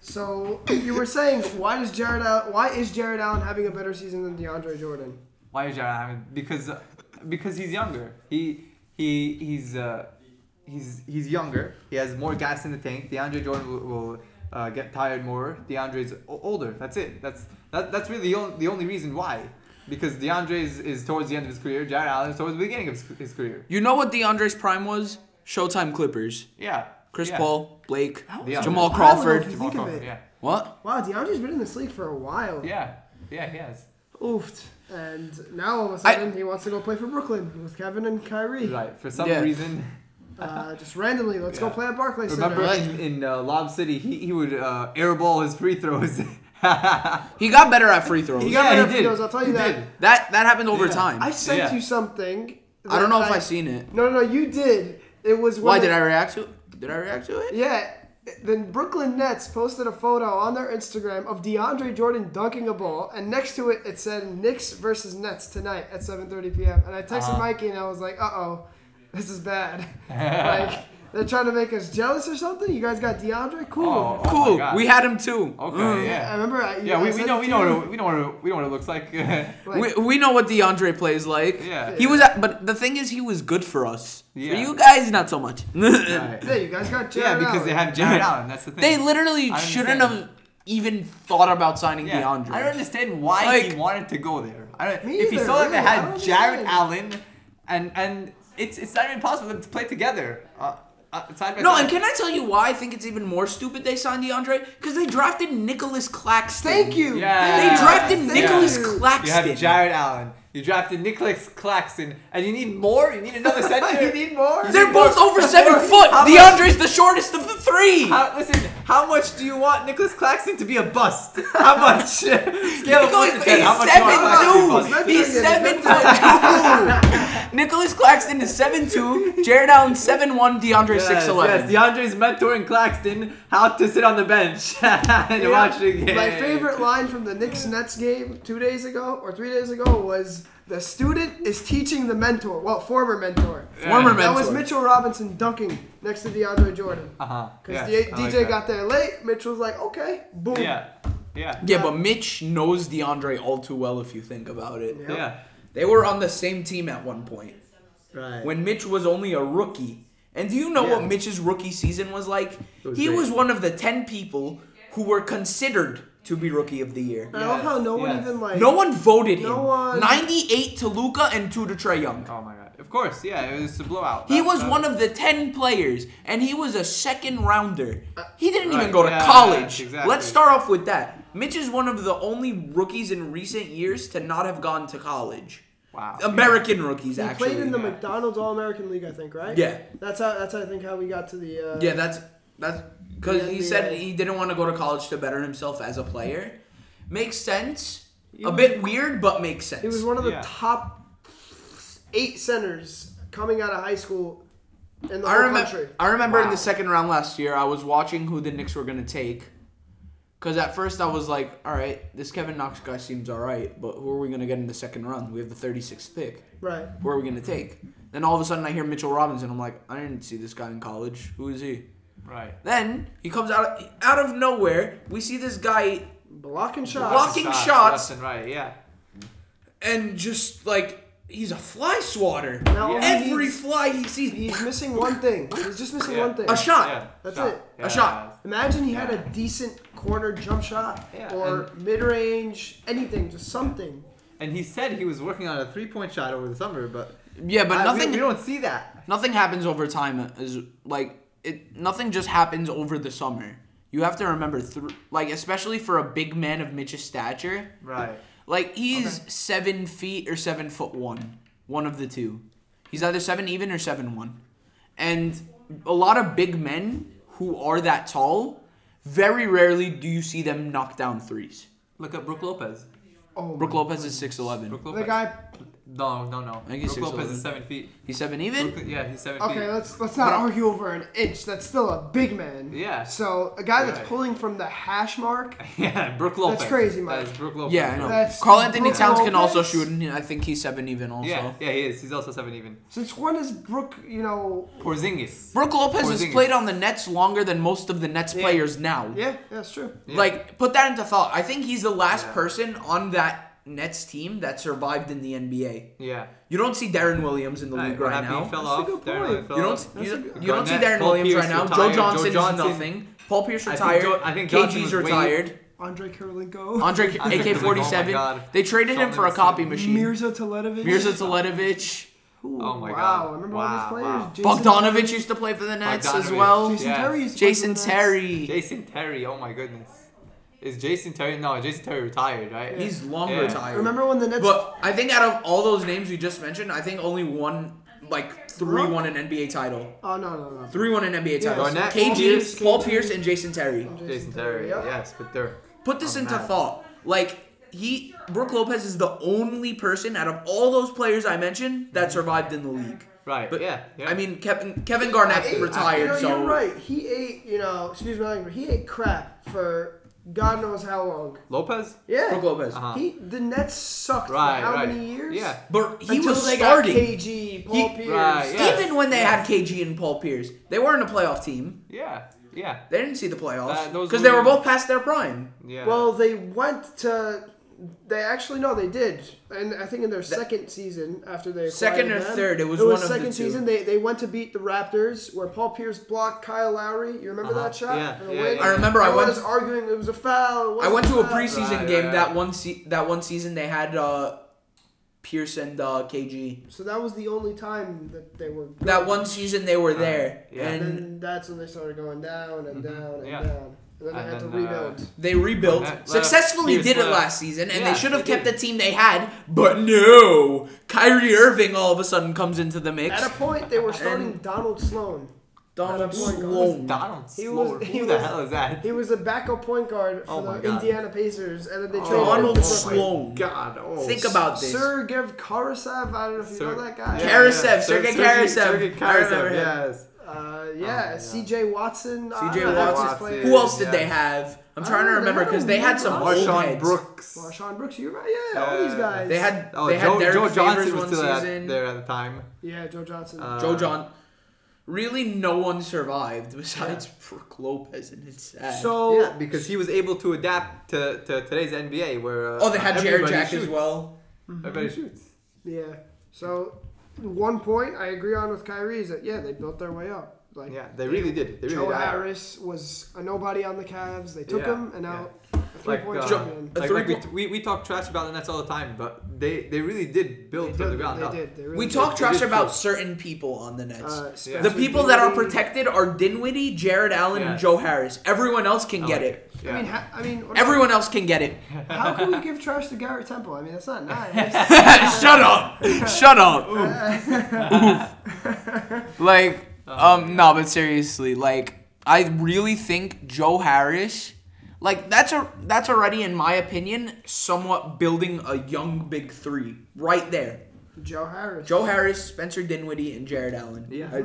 C: so you were saying why does Jared Allen, why is Jared Allen having a better season than DeAndre Jordan?
A: Why is Jared Allen? Because because he's younger. He he he's uh, he's he's younger. He has more gas in the tank. DeAndre Jordan will, will uh, get tired more. DeAndre's o- older. That's it. That's that, that's really the only the only reason why. Because DeAndre is, is towards the end of his career. Jared Allen is towards the beginning of his, his career.
B: You know what DeAndre's prime was? Showtime Clippers.
A: Yeah.
B: Chris
A: yeah.
B: Paul, Blake,
A: DeAndre.
B: Jamal
C: I don't know if
B: Crawford.
C: he's-
A: Jamal
C: Think of
A: Crawford,
C: it.
A: Yeah.
B: What?
C: Wow, DeAndre's been in this league for a while.
A: Yeah. Yeah. He has.
C: Oofed. And now all of a
B: I-
C: sudden he wants to go play for Brooklyn with Kevin and Kyrie.
A: Right. For some
B: Yeah.
A: reason.
C: Uh, just randomly, let's go
A: Yeah.
C: play at Barclays
A: Remember
C: Center.
A: in, in uh, Lob City, he, he would uh, airball his free throws. yeah,
B: He got better at free throws.
C: got better free throws, I'll tell you
A: he
C: that.
A: did.
B: That that happened over
A: Yeah.
B: time.
C: I
B: I,
C: sent
A: Yeah.
C: you something.
B: don't know
C: that
B: if I seen it.
C: No, no, no, you did. It was when
B: Why
C: the-
B: did I react to it? Did I react to it?
C: Yeah. The Brooklyn Nets posted a photo on their Instagram of DeAndre Jordan dunking a ball, and next to it it said Knicks versus Nets tonight at 7:30 p.m. And I texted
A: Uh-huh.
C: Mikey and I was like, "Uh oh, this is bad. like they're trying to make us jealous or something. You guys got DeAndre, cool.
A: Oh, oh my
B: cool.
A: God.
B: we had him too.
A: Okay.
B: Mm.
C: I
A: Yeah.
C: remember. I,
A: Yeah.
C: I
A: We, we
C: sent
A: know
C: it
A: we
C: to
A: know
C: you.
A: what it, we know what it, we know what it looks like. yeah.
C: Like,
B: We, we know what DeAndre plays like.
A: Yeah.
B: He was at, but the thing is, he was good for us.
A: Yeah.
B: For you guys, not so much.
C: yeah, you guys got Jared
A: Yeah, because they
C: Allen.
A: have Jared Allen. That's the thing.
B: They literally
A: I
B: shouldn't
A: understand.
B: have even thought about signing
A: yeah.
B: DeAndre.
A: I don't understand why he
B: Like-
A: wanted to go there. I don't.
C: Me
A: if he
C: either,
A: saw that they
C: really, I
A: had
C: don't
A: Jared
C: understand.
A: Allen, and and it's it's not even possible for them to play together. Uh, uh, side by
B: No,
A: side.
B: and can I tell you why I think it's even more stupid they signed DeAndre? Because they drafted Nicholas Claxton.
C: Thank you.
A: Yeah.
B: They
C: Thank you.
B: drafted
C: Thank
B: Nicholas
C: you.
A: You
B: Claxton.
A: have Jared Allen. You drafted Nicholas Claxton, and you need more. You need another center.
C: you need more.
B: They're both over seven foot.
A: How much-
B: DeAndre's the shortest of the three.
A: How, listen, how much do you want Nicholas Claxton to be a bust? How much? Scale of
B: Nicholas,
A: one to ten. How
B: he's
A: much do you want Claxton to be a
B: seven
A: bust?
B: two. He's
C: Let's bring it.
B: seven foot two. Nicholas Claxton is seven two. Jared Allen seven one. DeAndre six
A: Yes,
B: eleven.
A: DeAndre's mentoring Claxton how to sit on the bench and
C: You know,
A: watch the game.
C: My favorite line from the Knicks Nets game two days ago or three days ago was the student is teaching the mentor. Well, former mentor.
B: Former
A: Yeah.
B: mentor.
C: That was Mitchell Robinson dunking next to DeAndre Jordan.
A: Uh-huh.
C: Because
A: Yes, I like
C: DJ
A: that.
C: got there late. Mitchell's like, okay, boom.
A: Yeah. Yeah.
B: yeah, but Mitch knows DeAndre all too well. If you think about it,
C: Yeah.
A: Yeah.
B: they were on the same team at one point.
A: Right.
B: when Mitch was only a rookie. And do you know
C: Yeah.
B: what Mitch's rookie season was like?
A: was
B: he
A: great.
B: was one of the 10 people who were considered to be rookie of the year.
C: I love how no one
A: yes.
C: even like.
B: No one voted him.
C: No one-
B: 98 to Luca and 2 to Trey Young.
A: Oh my god. Of course. Yeah. It was a blowout.
B: He
A: That-
B: was
A: that-
B: one of the 10 players and he was a second rounder.
C: Uh,
B: He didn't
A: Right,
B: even go to
A: yeah,
B: college.
A: yeah, exactly.
B: Let's start off with that. Mitch is one of the only rookies in recent years to not have gone to college.
A: Wow.
B: American rookies
C: He
B: actually.
C: played in the
A: yeah.
C: McDonald's All American League, I think, right?
B: Yeah.
C: That's how. That's I think how we got to the. Uh,
B: Yeah, that's that's because he
C: Yeah,
B: said
C: yeah.
B: he didn't want to go to college to better himself as a player. Makes sense. a bit weird, but makes sense.
C: He was one of the
A: Yeah.
C: top eight centers coming out of high school in the
B: I
C: whole
B: remember.
C: country.
B: I remember in
C: Wow.
B: the second round last year, I was watching who the Knicks were gonna take. Cause at first I was like, all right, this Kevin Knox guy seems all right, but who are we gonna get in the second round? We have the 36th pick.
C: Right.
B: Who are we gonna take? Then all of a sudden I hear Mitchell Robinson. I'm like, I didn't see this guy in college. Who is he?
A: Right.
B: Then he comes out out of nowhere. We see this guy
C: Blocking shots.
B: Blocking- shots.
A: Left and right. Yeah.
B: and just like he's a fly swatter.
C: Now all he
B: Every
C: needs-
B: fly he sees,
C: He's missing one thing. He's just missing
A: yeah.
C: one thing.
B: A shot.
A: Yeah.
C: That's
A: shot.
C: it. A
A: Yeah.
B: shot.
C: Imagine he had a decent corner jump shot
A: Yeah,
C: or mid range, anything, just something.
A: And he said he was working on a three-point shot over the summer, but
B: yeah,
C: Uh,
B: but
A: I- Uh, we-
B: nothing
A: We, don't see that.
B: nothing happens over time. uh, Is like it nothing just happens over the summer. You have to remember, thr like especially for a big man of Mitch's stature,
A: Right.
B: like he's seven feet or seven foot one, one of the two. He's either seven even or seven one, and a lot of big men who are that tall, very rarely do you see them knock down threes.
A: Look at Brooke Lopez.
C: Oh,
A: Mm.
B: Brooke Lopez is six eleven.
A: Brooke
C: the
A: Lopez.
C: guy.
A: No, no, no.
B: I think he's
A: Brooke Lopez
B: 6'11".
A: is seven feet.
B: He's seven even.
A: Brooke- yeah, he's seven
C: Okay,
A: feet.
C: let's let's not
B: But-
C: argue over an inch. That's still a big man.
A: Yeah.
C: So a guy that's
A: Right.
C: pulling from the hash mark.
A: Yeah, Brooke Lopez.
C: crazy, Mike.
A: That is Brooke Lopez.
B: Yeah, I know.
C: That's
B: Carl Anthony
C: Brook
B: Towns can also
C: Lopez.
B: shoot, and I think he's seven even also.
A: Yeah, yeah, he is. He's also seven even.
C: Since when is Brooke? You know.
A: Porzingis.
B: Brooke Lopez has
A: Porzingis.
B: played on the Nets longer than most of the Nets players now.
C: Yeah, that's true.
A: Yeah.
B: Like, put that into thought. I think he's the last
A: Yeah.
B: person on that Nets team that survived in the NBA.
A: yeah,
B: You don't see Darren Williams in the
A: Right,
B: league right
A: Happy
B: now.
A: fell
C: That's a
A: off.
C: good
A: Darren Williams
C: point.
A: fell
B: You
A: off.
B: don't you,
C: That's a good-
B: you don't see
A: Garnett,
B: Darren
A: Paul
B: Williams
A: Pierce
B: right now.
A: retired,
B: Joe
A: Joe
B: Johnson,
A: Johnson.
B: is nothing. Paul Pierce
A: I think
B: retired.
A: Jo- I think Johnson
B: KG's
A: was way-
B: retired.
C: Andre Kirilenko.
B: Andre
A: Andre
B: AK forty
A: Kuzma, oh my
B: seven.
A: God.
B: They traded him
A: Sean
B: for a
A: Livingston.
B: copy machine.
C: Mirza Teletovic.
B: Mirza Teletovic.
C: Ooh,
A: Oh my
C: wow.
A: God.
C: I remember
A: Wow,
C: all these
A: wow.
C: players. Jason-
B: Bogdanovich used to play for the Nets as
A: Bogdanovich.
B: well.
C: Jason
A: Yeah.
C: Terry. used to play
B: Jason
C: for the Nets.
B: Terry.
A: Jason Terry. Oh my goodness. Is Jason Terry? No, Jason Terry retired, right?
B: He's long
A: Yeah.
B: retired.
C: Remember when the Nets?
B: But I think out of all those names you just mentioned, I think only one, like three,
C: Brooke?
B: won an NBA title.
C: oh no no no.
B: Three won an NBA
C: Yeah.
B: title.
A: Garnett,
B: KG,
A: Paul Pierce, Oh,
B: Paul
C: KG.
B: Pierce, and Jason Terry.
A: Jason Terry.
C: yeah.
A: Yes, but they're
B: Put this
A: Oh,
B: into
A: man.
B: thought. Like he, Brooke Lopez is the only person out of all those players I mentioned that survived in the league.
A: right.
B: But
A: Mm-hmm. yeah, yeah.
B: I mean, Kevin Kevin Garnett
C: Hey,
B: retired,
C: you know,
B: so
C: you're right. He ate, you know, excuse my language. He ate crap for God knows how long.
A: Lopez.
C: Yeah.
B: Brooke Lopez.
A: Uh-huh.
C: He the Nets sucked
A: Right.
C: for how
A: right.
C: many years?
A: Yeah.
B: But he
C: Until
B: was
C: they
B: starting.
C: Got KG, Paul
B: He-
C: Pierce.
A: Right, yeah. Yes.
B: Even when they had KG and Paul Pierce, they weren't a playoff team.
A: Yeah. Yeah.
B: They didn't see the playoffs
A: Uh, those
B: because they
A: were-
B: were both past their prime.
A: Yeah.
C: Well, they went to. They actually no, they did, and I think in their second season after they acquired
B: Second or
C: them,
B: third, it was
C: it was
B: one of the
C: second
B: two.
C: season. They they went to beat the Raptors where Paul Pierce blocked Kyle Lowry. You remember
A: Uh-huh.
C: that shot?
A: Yeah,
C: For the
A: yeah,
C: win?
A: yeah. I
B: remember I
C: Everyone
B: went-
C: was arguing it was a foul. it
B: I went to a
C: wasn't foul.
B: preseason
A: Right,
B: game
A: right,
B: that
A: right.
B: one se- that one season they had uh, Pierce and uh, KG.
C: So that was the only time that they were. good.
B: That one season they were there
A: Uh, yeah.
C: And
B: and
C: then that's when they started going down and
B: Mm-hmm.
C: down and
A: Yeah.
C: down. And then they
A: And
C: had to
A: then, uh,
C: rebuild.
B: they rebuilt.
A: Well, that-
B: Successfully
A: Pierce
B: did it
A: left.
B: last season and
A: Yeah,
B: they should have
A: they
B: kept
A: did.
B: the team they had, but no. Kyrie Irving all of a sudden comes into the mix.
C: At a point, they were starting Donald Sloan.
B: Donald
C: at a point guard.
B: Sloan.
A: Donald
C: He
A: Sloan.
C: was- he
A: Who the
C: was-
A: hell is that?
C: He was a backup point guard for
A: Oh my
C: the
A: God.
C: Indiana Pacers, and then they traded him
B: Oh. Donald
C: to Brooklyn.
B: Sloan.
A: God. Oh.
B: Think about this.
C: Sergev Karasev. I don't know if you
A: Sir-
C: know that guy.
A: Yeah,
B: Karasev,
A: yeah.
B: Sergei
A: Sergei-
B: Karasev.
A: Sergei
B: I remember
A: Karasev.
B: him.
A: Yes.
C: Uh,
A: Oh,
C: yeah,
A: yeah.
C: C.J. Watson. I don't
B: CJ
C: know how he's
B: Watson.
C: playing.
B: Who else did
A: Yeah.
B: they have? I'm trying to
C: Oh, they
B: remember
C: had a
B: because they had some
C: weird
B: old
C: roster.
A: Marshawn
B: heads.
A: Brooks.
C: Marshawn Brooks. You're right. Yeah, all these
A: Uh,
C: guys.
B: They had
A: Oh,
B: they had
A: Joe,
B: Derek
A: Joe
B: Favors
A: Johnson was
B: one
A: still at-
B: season.
A: there at the time.
C: Yeah, Joe Johnson.
A: Uh,
B: Joe John. Really, no one survived besides Brook Lopez, and it's sad.
C: so
A: Yeah, because he was able to adapt to, to today's NBA, where uh,
B: oh, they had Jared
A: everybody
B: Jack
A: shoots.
B: as well. Mm-hmm.
A: Everybody shoots.
C: yeah. So one point I agree on with Kyrie is that yeah they built their way up. Like
A: Yeah, they really did. They really
C: Joe
A: did.
C: Harris was a nobody on the Cavs. They took
A: Yeah,
C: him, and now a three
A: Like,
C: point
A: uh,
C: champion.
B: A
A: Like,
B: three
A: like we,
B: po-
A: we, we talk trash about the Nets all the time, but they, they really did
C: They
A: build
C: did.
A: from the ground
C: They
A: up.
C: did. They really
B: We
C: did.
A: They
B: talk
A: did
B: trash
A: shoot.
B: about certain people on the Nets.
C: Uh,
A: Yeah.
B: the
C: Spencer
B: people that are
C: Dinwiddie.
B: protected are Dinwiddie, Jared Allen, and
A: Yes.
B: Joe Harris. Everyone else can
A: I
B: get
A: like
B: it.
A: Yeah.
C: I mean, ha- I mean, what-
B: Everyone else can get it.
C: How can we give trash to Garrett Temple? I mean, that's not nice.
B: Shut up! Shut up! Oof. Like, um, no, but seriously, like, I really think Joe Harris, like that's a that's already in my opinion somewhat building a young big three right there.
C: Joe Harris.
B: Joe Harris, Spencer Dinwiddie, and Jared Allen.
A: Yeah.
B: I,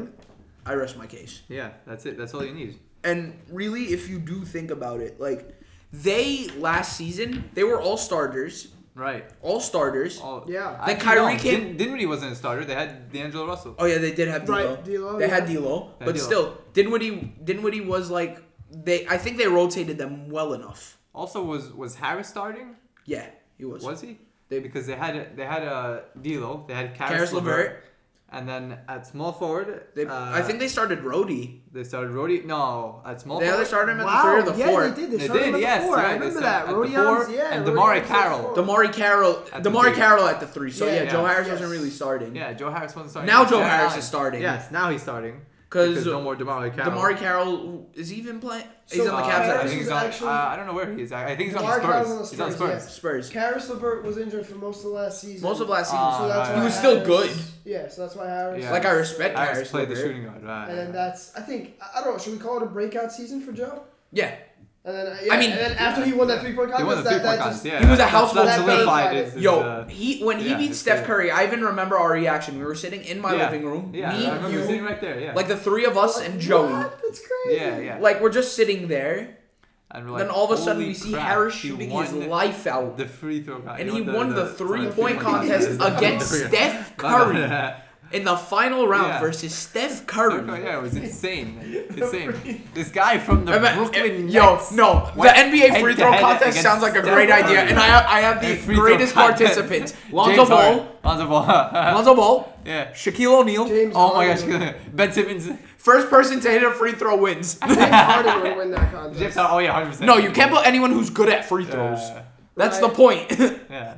B: I rest my case.
A: Yeah, that's it. That's all you need.
B: And really, if you do think about it, like they last season they were all starters,
A: Right.
B: all starters.
A: All,
C: Yeah.
A: Oh, I-
B: Then Kyrie
A: no,
B: came-
A: Din- Dinwiddie wasn't a starter. They had D'Angelo Russell.
B: Oh yeah, they did have D'Lo.
C: Right, D'Lo,
B: they had
C: yeah.
B: D'Lo,
A: They had
B: but
A: D'Lo.
B: still, Dinwiddie Dinwiddie was like they. I think they rotated them well enough.
A: Also, was was Harris starting?
B: Yeah, he was.
A: Was he?
B: They-
A: because they had they had uh, D'Lo, they had Karis,
B: Karis
A: LeVert,
B: LeVert.
A: and then at small forward,
B: They,
A: uh,
B: I think they started Rody.
A: they started Rody. No, at small
B: They either
A: forward,
B: started him at
C: Wow.
B: the three or the
C: yeah,
B: four.
C: they did. They,
A: They
C: started
A: did,
C: him at
A: yes,
C: the four.
A: right,
C: I
A: they
C: remember
A: started
C: that.
A: at the
C: Rodion's,
A: four,
C: yeah.
A: and
C: Rodion's
A: Damari
C: at the
A: Carroll.
C: four.
B: Damari Carroll.
A: At the
B: Damari
A: three.
B: Carroll at the three. So yeah,
C: Yeah,
B: Joe
A: yeah.
B: Harris
C: Yes.
B: wasn't really starting.
A: yeah, Joe Harris wasn't starting.
B: Now Joe
A: Yeah,
B: Harris
A: now-
B: is starting.
A: Yes, now he's starting because
B: Because
A: no more Damari Carroll.
B: Damari Carroll is he even playing? He's
C: So
B: on the
A: Uh,
B: Cavs.
A: I
B: I
A: think
B: think.
A: he's
C: is
A: on.
C: actually-
A: uh, I don't know where he is. I, I think he's on the
C: Damari Carroll's on the
A: Spurs. He's on
C: Spurs,
A: Spurs.
C: yes.
B: Spurs.
C: Karis LeVert was injured for most of last season.
B: Most of last season.
A: Uh,
C: So that's
A: He
C: why
B: was still
C: Harris-
B: good.
C: Yeah, so that's why Harris.
A: Yeah.
B: Like, I respect Harris.
A: Harris played the
B: LeVert.
A: shooting guard. Right.
C: And uh, then that's I think I- I don't know. Should we call it a breakout season for Joe?
B: yeah,
C: And then uh, yeah,
B: mean-
C: and then after he won that three point
A: they won
C: contest,
A: the
C: that,
A: three
C: that
A: point
C: just
A: contest. Yeah,
B: He was a
A: that's-
B: household
A: That's
C: name.
A: solidified. his- his,
B: yo,
A: uh,
B: he when he
A: yeah,
B: beat
A: it's
B: Steph
A: good.
B: Curry, I even remember our reaction. We were sitting in my
A: yeah.
B: living room,
A: Yeah,
B: me,
A: I remember
B: you,
A: sitting right there. Yeah.
B: like the three of us and
C: What?
B: Joey.
C: That's crazy.
A: Yeah, yeah.
B: Like we're just sitting there,
A: And we're
B: then
A: like,
B: all of a sudden
A: "Holy
B: we see
A: crap,
B: Harris
A: he
B: shooting
A: won
B: his life out,
A: The free throw guy.
B: and
A: You
B: he
A: know,
B: won the,
A: sorry,
B: three-point
A: three-point
B: contest
A: contest.
B: against
A: Three-
B: Steph
A: No, no, no,
B: Curry
A: no.
B: in the final round
A: Yeah.
B: versus Steph
A: Steph Curry,
B: Curry.
A: Yeah, it was insane. Insane. This guy from the
B: Ima-
A: Brooklyn
B: eh, yo,
A: Nets
B: no, the
A: went
B: NBA free throw
A: head-to-head
B: contest
A: against
B: sounds like a
A: Steph
B: great idea,
A: Curry.
B: and I have, I have
A: And
B: the
A: free throw
B: greatest
A: contest.
B: participants:
A: James
B: Lonzo
A: Harden.
B: Ball,
A: Lonzo Ball.
B: Lonzo Ball,
A: Yeah.
B: Shaquille O'Neal.
C: James
A: Oh my gosh.
C: Harden.
A: Ben Simmons.
B: First person to hit a free throw wins.
C: James Harden would win that contest.
A: James Harden. Oh yeah, hundred percent.
B: no, you can't put anyone who's good at free throws. That's the
C: Right.
B: point.
A: Yeah.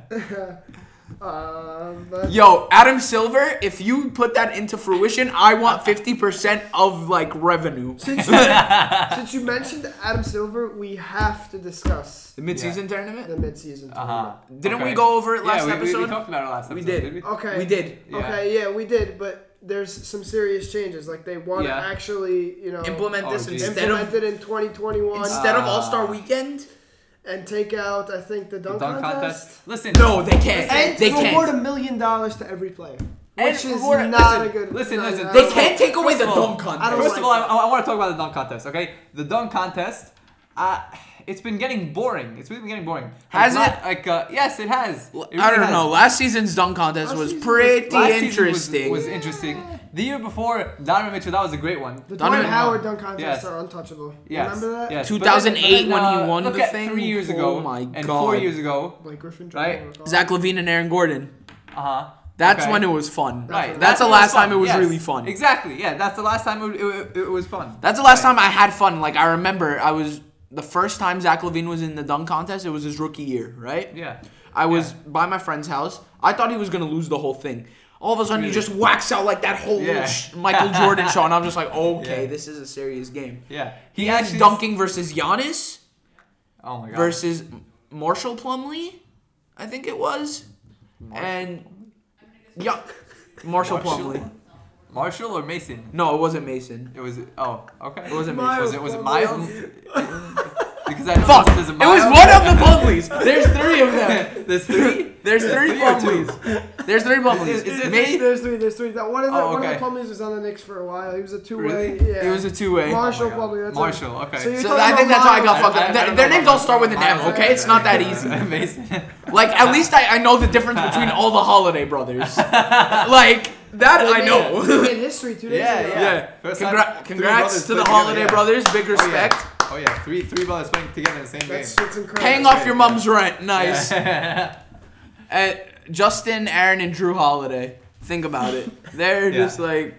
C: Uh, but
B: Yo, Adam Silver, if you put that into fruition, I want 50% of like revenue.
C: since you, since you mentioned Adam Silver, we have to discuss
B: The midseason tournament?
C: the midseason.
A: Uh huh.
B: Didn't we go over it last
A: yeah, we,
B: episode?
A: We, we talked about it last
B: We
A: episode.
B: did.
A: we?
C: Okay.
B: We did.
A: Yeah.
C: Okay, yeah, we did, but there's some serious changes. Like they want
A: Yeah.
C: to actually, you know,
B: Implement this
A: Oh, geez.
B: instead of
C: implemented in 2021
B: instead of
A: Uh,
B: All Star Weekend?
C: and take out, I think, the dunk,
A: Dunk
C: contest.
A: contest. Listen.
B: No, they can't.
C: And
B: they
C: reward
B: can't.
C: a million dollars to every player,
B: And
C: which is
B: reward-
C: not
A: listen,
C: a good.
A: listen,
C: not-
A: listen.
C: I
B: They
C: don't
B: can't take away the
A: First of all,
B: dunk
C: I don't
A: First
B: contest.
A: of
C: like
A: all, I,
C: it.
A: I want to talk about the dunk contest. Okay, the dunk contest. Uh, it's been getting boring. It's really been getting boring. Like,
B: Has
A: not-
B: it?
A: Like, uh, yes, it has. It really
B: I don't
A: has.
B: know. Last season's dunk contest
C: Last
B: was
C: season was-
B: pretty
A: Last season was-
B: interesting.
A: Was, interesting. The year before, Donovan Mitchell, that was a great one.
C: The
B: Donovan
C: Dwight Howard dunk contests
A: Yes.
C: are untouchable.
A: Yes.
C: Remember that?
A: Yes.
B: 2008 when he won
A: uh, look
B: the
A: at
B: thing?
A: Three years
B: Oh
A: ago.
B: my
A: And
B: God.
A: four years ago.
C: Blake Griffin. John
A: Right.
C: Wall.
B: Zach Levine and Aaron Gordon.
A: Uh huh.
B: That's when it was fun.
A: Right.
B: That's the
A: when it was
B: last
A: fun.
B: time it was
A: Yes.
B: really fun.
A: Exactly. Yeah. That's the last time it, it, it was fun.
B: That's the last
A: Right.
B: time I had fun. Like I remember, I was the first time Zach Levine was in the dunk contest. It was his rookie year, right?
A: Yeah.
B: I was by my friend's house. I thought he was gonna lose the whole thing. All of a sudden, he
A: Really?
B: just whacks out like that whole
A: Yeah.
B: sh- Michael Jordan shot, and I'm just like, okay,
A: Yeah.
B: this is a serious game.
A: Yeah. He
B: He's
A: actually
B: dunking versus Giannis
A: Oh my god.
B: versus Marshall Plumlee, I think it was, and yeah, Marshall,
A: Marshall?
B: Plumlee.
A: Marshall or Mason?
B: No, it wasn't Mason.
A: It was. Oh. Okay.
B: It wasn't Mason.
C: Miles
A: Was it? Was it
C: Miles.
A: Miles? because I know
B: Fuck!
A: there's a
B: It was
A: Miles.
B: one of the Plumleys. There's three of them.
A: There's three.
B: There's
A: There's
B: three
A: three or two? Oh
B: Plumleys. There's three Plumleys.
A: Is- is it
B: May-
C: There's three. There's three. That one of the
A: Oh,
C: one of
A: okay.
C: the Plumlees was on the Knicks for a while. He was a two way.
A: Really?
C: Yeah.
B: It was a two-way.
C: Marshall
A: Oh my God.
C: Plumlee. That's
A: Marshall, okay.
C: So, you're
B: So
C: talking
B: I think
C: about
B: that's how I
C: Miles.
B: got fucked
A: I- I
B: up. Their,
A: don't
B: their
A: know
B: names
A: about
B: all start with an
A: Miles.
B: M, okay? It's not that easy.
A: Mason. Oh,
B: Like, at least I, I know the difference between all the Holiday brothers. Like, that I
C: They
B: know.
C: made history two days
A: Yeah,
C: ago.
A: yeah.
B: Yeah.
A: First time
B: Congra-
A: three
B: congrats
A: brothers
B: to the
A: played
B: Holiday
A: together, yeah.
B: brothers. Big
A: Oh, yeah.
B: respect.
A: Oh yeah. Three three brothers playing together in the same
C: That's,
A: game.
C: that's incredible.
B: Paying
A: that's
B: off your
A: it,
B: mom's rent. Nice.
A: Yeah.
B: Uh, Justin, Aaron, and Drew Holiday. Think about it. They're
A: Yeah.
B: just like.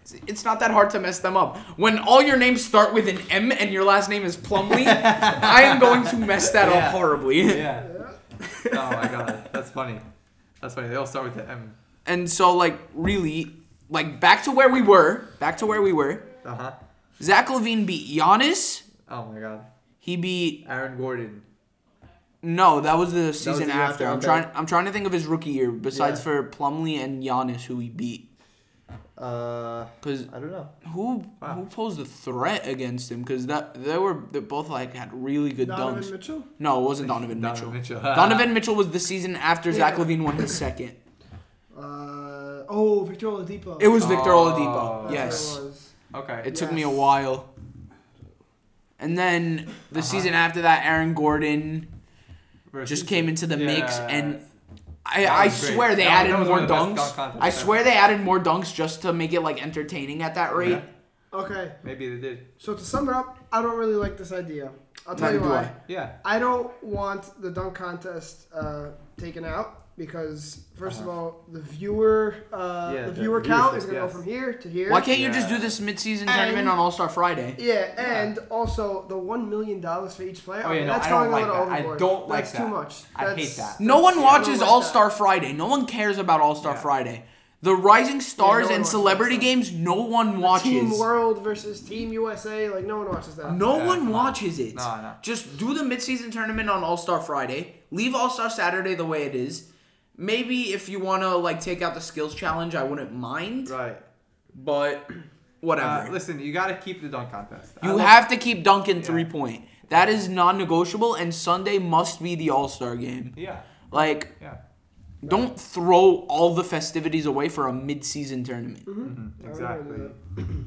B: it's- It's not that hard to mess them up. When all your names start with an M and your last name is Plumley, I am going to mess that
A: Yeah.
B: up horribly.
A: yeah. Oh my god. That's funny. That's funny. They all start with the M.
B: And so, like, really, like, back to where we were, back to where we were,
A: Uh huh.
B: Zach Levine beat Giannis.
A: Oh my god.
B: He beat
A: Aaron Gordon.
B: no, that was the season
D: the year
B: after.
D: after,
B: I'm
D: okay.
B: trying. I'm trying to think of his rookie year. Besides
A: Yeah.
B: for Plumlee and Giannis, who he beat.
A: Uh,
B: Because
A: I don't know.
B: who
A: Wow.
B: who posed a threat against him? Because that they were they both like had really good
C: Donovan
B: dunks.
C: Mitchell.
B: no, it wasn't Donovan Mitchell.
A: Donovan Mitchell.
B: Donovan Mitchell was the season after Zach
C: Yeah.
B: Levine won his second.
C: Uh, oh, Victor Oladipo.
B: It was Victor
A: Oh.
B: Oladipo.
C: That's
B: Yes.
C: what it was.
A: Okay.
B: It took me a
C: Yes.
B: while. And then the
A: Uh-huh.
B: season after that, Aaron Gordon just
A: Versus-
B: came into the mix,
A: Yeah.
B: and I,
A: That
B: I
A: was great.
B: swear they
A: That was- that
B: added
A: was
B: more
A: one of the best
B: dunks.
A: dunk contests
B: I
A: ever.
B: swear they added more dunks just to make it like entertaining at that rate.
A: Yeah.
C: Okay,
A: maybe they did.
C: so to sum it up, I don't really like this idea. I'll tell
B: Neither
C: you
B: do
C: why.
B: I.
A: Yeah.
C: I don't want the dunk contest uh, taken out because 1st of
A: Uh-huh.
C: all, the viewer uh,
A: Yeah,
C: the
A: the
C: viewer count
A: viewership,
C: is gonna
A: yes.
C: go from here to here.
B: Why can't you just
A: Yeah.
B: do this midseason
C: And-
B: tournament on All Star Friday?
C: Yeah, and also the one million dollars for each player.
A: Oh, yeah,
C: okay,
A: no,
C: that's
A: I don't
C: going
A: like
C: a little
A: that. I
C: overboard.
A: don't like
C: that's
A: that.
C: too much.
A: I hate
C: That's-
A: that.
B: No one
C: Yeah,
B: watches
C: I don't like
B: All
C: that.
B: Star Friday. No one cares about All Star
A: Yeah.
B: Friday. The Rising Stars
C: one
B: and
C: watches
B: celebrity
C: that.
B: games, no one
C: Team
B: watches.
C: World versus Team USA. Like no one watches that.
B: No
A: Yeah,
B: one
A: come on.
B: watches it.
A: No, no.
B: Just do the midseason tournament on All Star Friday. Leave All Star Saturday the way it is. Maybe if you want to like take out the skills challenge, I wouldn't mind.
A: Right.
B: But
A: Uh,
B: whatever.
A: listen, you gotta keep the dunk contest. I
B: you
A: love-
B: have to keep dunking three point. That is non-negotiable, and Sunday must be the All Star game.
A: Yeah.
B: Like
A: Yeah.
B: Don't throw all the festivities away for a mid-season tournament.
A: Mhm,
C: I don't
A: Exactly.
C: know.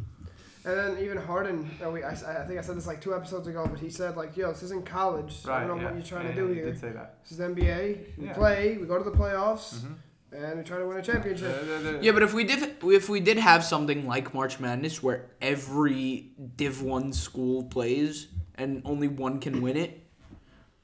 C: And then even Harden, uh, we, I, I think I said this like two episodes ago, but he said like, "Yo, this isn't college. So I
A: Right.
C: don't know
A: yeah.
C: what you're trying
A: yeah,
C: to do
A: yeah,
C: here.
A: You did say that.
C: This is the NBA. We
A: Yeah.
C: play. We go to the playoffs, and we try to win a championship."
B: Yeah, but if we did, if we did have something like March Madness where every Div One school plays and only one can win it,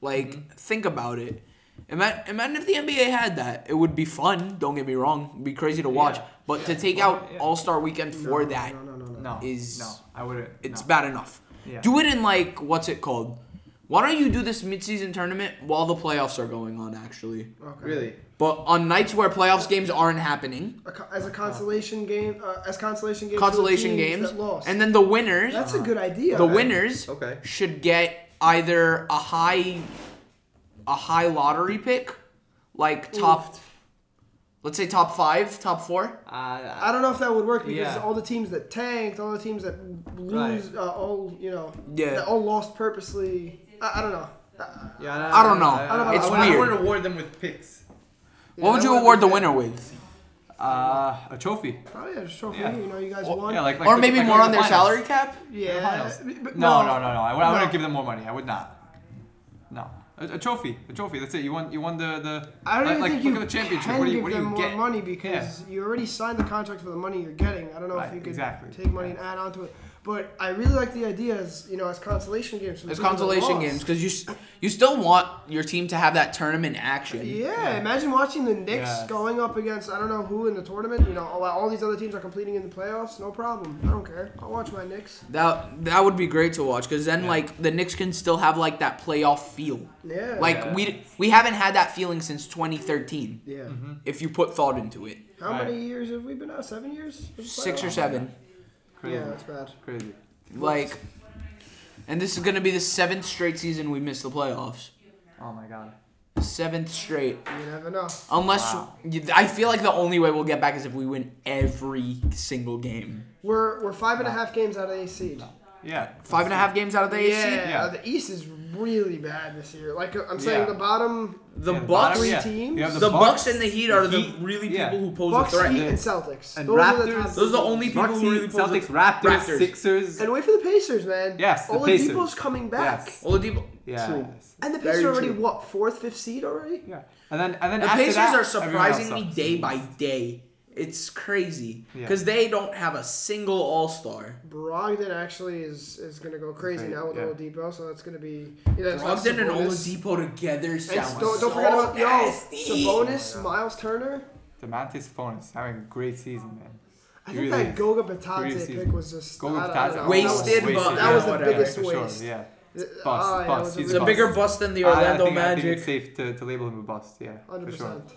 B: like think about it. Imagine, imagine if the NBA had that. It would be fun. Don't get me wrong. It'd be crazy to watch.
A: Yeah.
B: But to
A: Yeah.
B: take
A: Well,
B: out
A: yeah.
B: All Star Weekend
C: No,
B: Uh, for that,
C: No, no, no, no.
A: no,
B: is-
A: no, I wouldn't.
B: it's
A: no.
B: bad enough.
A: Yeah.
B: Do it in like what's it called? Why don't you do this mid-season tournament while the playoffs are going on? Actually.
C: Okay.
A: Really?
B: But on nights where playoffs games aren't happening,
C: A co- as a consolation game, uh, as consolation games. for the
B: consolation
C: teams
B: games,
C: That lost.
B: and then the winners,
C: that's a good idea.
B: the winners
A: Okay.
B: should get either a high, a high lottery pick, like top, let's say top five, top four.
A: Uh,
C: I don't know if that would work because
A: Yeah.
C: all the teams that tanked, all the teams that lose, uh, all you know,
B: Yeah.
C: that all lost purposely. I, I don't know. Uh,
A: yeah,
B: I don't know. It's
A: I wouldn't-
B: weird.
A: I wouldn't award them with picks.
B: what would
C: that
B: you
C: would
B: award
C: be
B: the
C: fair.
B: winner with?
A: Uh, a trophy.
C: Probably a trophy.
A: Yeah.
C: You know, you guys
A: Well,
C: won.
A: yeah, like, like
B: or
A: the-
B: maybe
A: like
B: more
A: the
B: on their
A: finals.
B: salary cap?
A: The
C: yeah.
A: finals.
C: but
A: No, no, no, no. I, would- I
C: No.
A: wouldn't give them more money. I would not. No, a, a trophy, a trophy. That's it. You won. You won the the.
C: I don't
A: like,
C: even
A: like,
C: think
A: look at
C: you
A: the championship.
C: can
A: what do you,
C: give
A: what do
C: them
A: you
C: more
A: get?
C: money because you already signed the contract for the money you're getting. I don't know if
A: Right,
C: you could
A: exactly.
C: take money and add on to it. But I really like the idea as you know as consolation games. for the
B: It's
C: people that
B: consolation
C: lost.
B: games because you s- you still want your team to have that tournament action.
C: Yeah, imagine watching the Knicks
A: Yes.
C: going up against I don't know who in the tournament. You know, all, all these other teams are completing in the playoffs. No problem. I don't care. I'll watch my Knicks.
B: That that would be great to watch because then
A: Yeah.
B: like the Knicks can still have like that playoff feel.
C: Yeah.
B: Like
A: Yeah.
B: we we haven't had that feeling since 2013.
C: Yeah.
B: If you put thought into it,
C: How
A: Right.
C: many years have we been out? Seven years? of
B: six or
C: playoffs?
B: seven,
A: Crazy.
C: Yeah, that's bad.
A: Crazy.
B: like, and this is gonna be the seventh straight season we miss the playoffs.
A: Oh my god.
B: Seventh straight,
C: You never know.
B: unless
A: Wow.
B: you- I feel like the only way we'll get back is if we win every single game.
C: We're we're five and a half games out of the seed.
A: Yeah.
B: Five and a half games out of the
C: Yeah,
B: eight seed.
A: Yeah.
C: uh, the East is really bad this year. Like I'm saying,
A: Yeah.
C: the bottom
B: The
A: Yeah,
B: Bucks,
A: bottom, yeah.
C: teams?
A: You have
B: the,
A: the,
B: Bucks, and the Heat are the
A: Heat,
B: really
A: yeah.
B: people who pose
C: Bucks,
B: a threat.
C: Heat, and Celtics.
A: And
C: those are the
A: Raptors.
C: top
B: Those are the
C: teams.
B: only people
A: Bucks,
B: who
A: Heat,
B: really pose
A: Celtics,
B: a-
A: Raptors,
B: Raptors.
A: Sixers.
C: And wait for the Pacers, man.
A: Yes, the Pacers.
C: Oladipo's coming back.
A: Yes.
B: Oladipo.
A: Yeah.
B: True.
C: And the Pacers
B: Very
C: are already
B: true.
C: what fourth, fifth seed already?
A: Yeah. And then and then
B: The
A: after
B: Pacers
A: that,
B: are
A: everyone else
B: surprising me
A: sucks.
B: day by day. It's crazy
A: Yeah.
B: because they don't have a single All Star.
C: Brogdon actually is is gonna go crazy
A: Great,
C: now with
A: yeah.
C: Oladipo, so that's gonna be. Yeah, that's not
B: Brogdon and
C: Sabonis.
B: Oladipo together
C: And
B: sound
C: don't,
B: so
C: don't forget about yo
B: nasty.
A: Oh
C: Sabonis, Miles Turner.
A: Demantis Sabonis having a great season, man.
C: I
A: He
C: think
A: really
C: that
A: is.
C: Goga
A: Really
C: Batadze
A: is.
C: pick was just
A: Goga
C: I don't
A: Batadze.
C: know.
B: Wasted,
C: That was,
B: but-
C: that was
B: yeah,
C: the biggest
A: for sure,
C: waste.
A: Yeah.
C: Th-
A: Bust,
C: oh, yeah, it
A: bust.
C: was a
A: He's
B: It's
A: a
B: a
A: bust.
B: bigger bust than the
A: I- I
B: Orlando
A: think- I think it's
B: Magic.
A: safe to, to label him a bust. Yeah.
C: Hundred
A: For sure.
C: percent.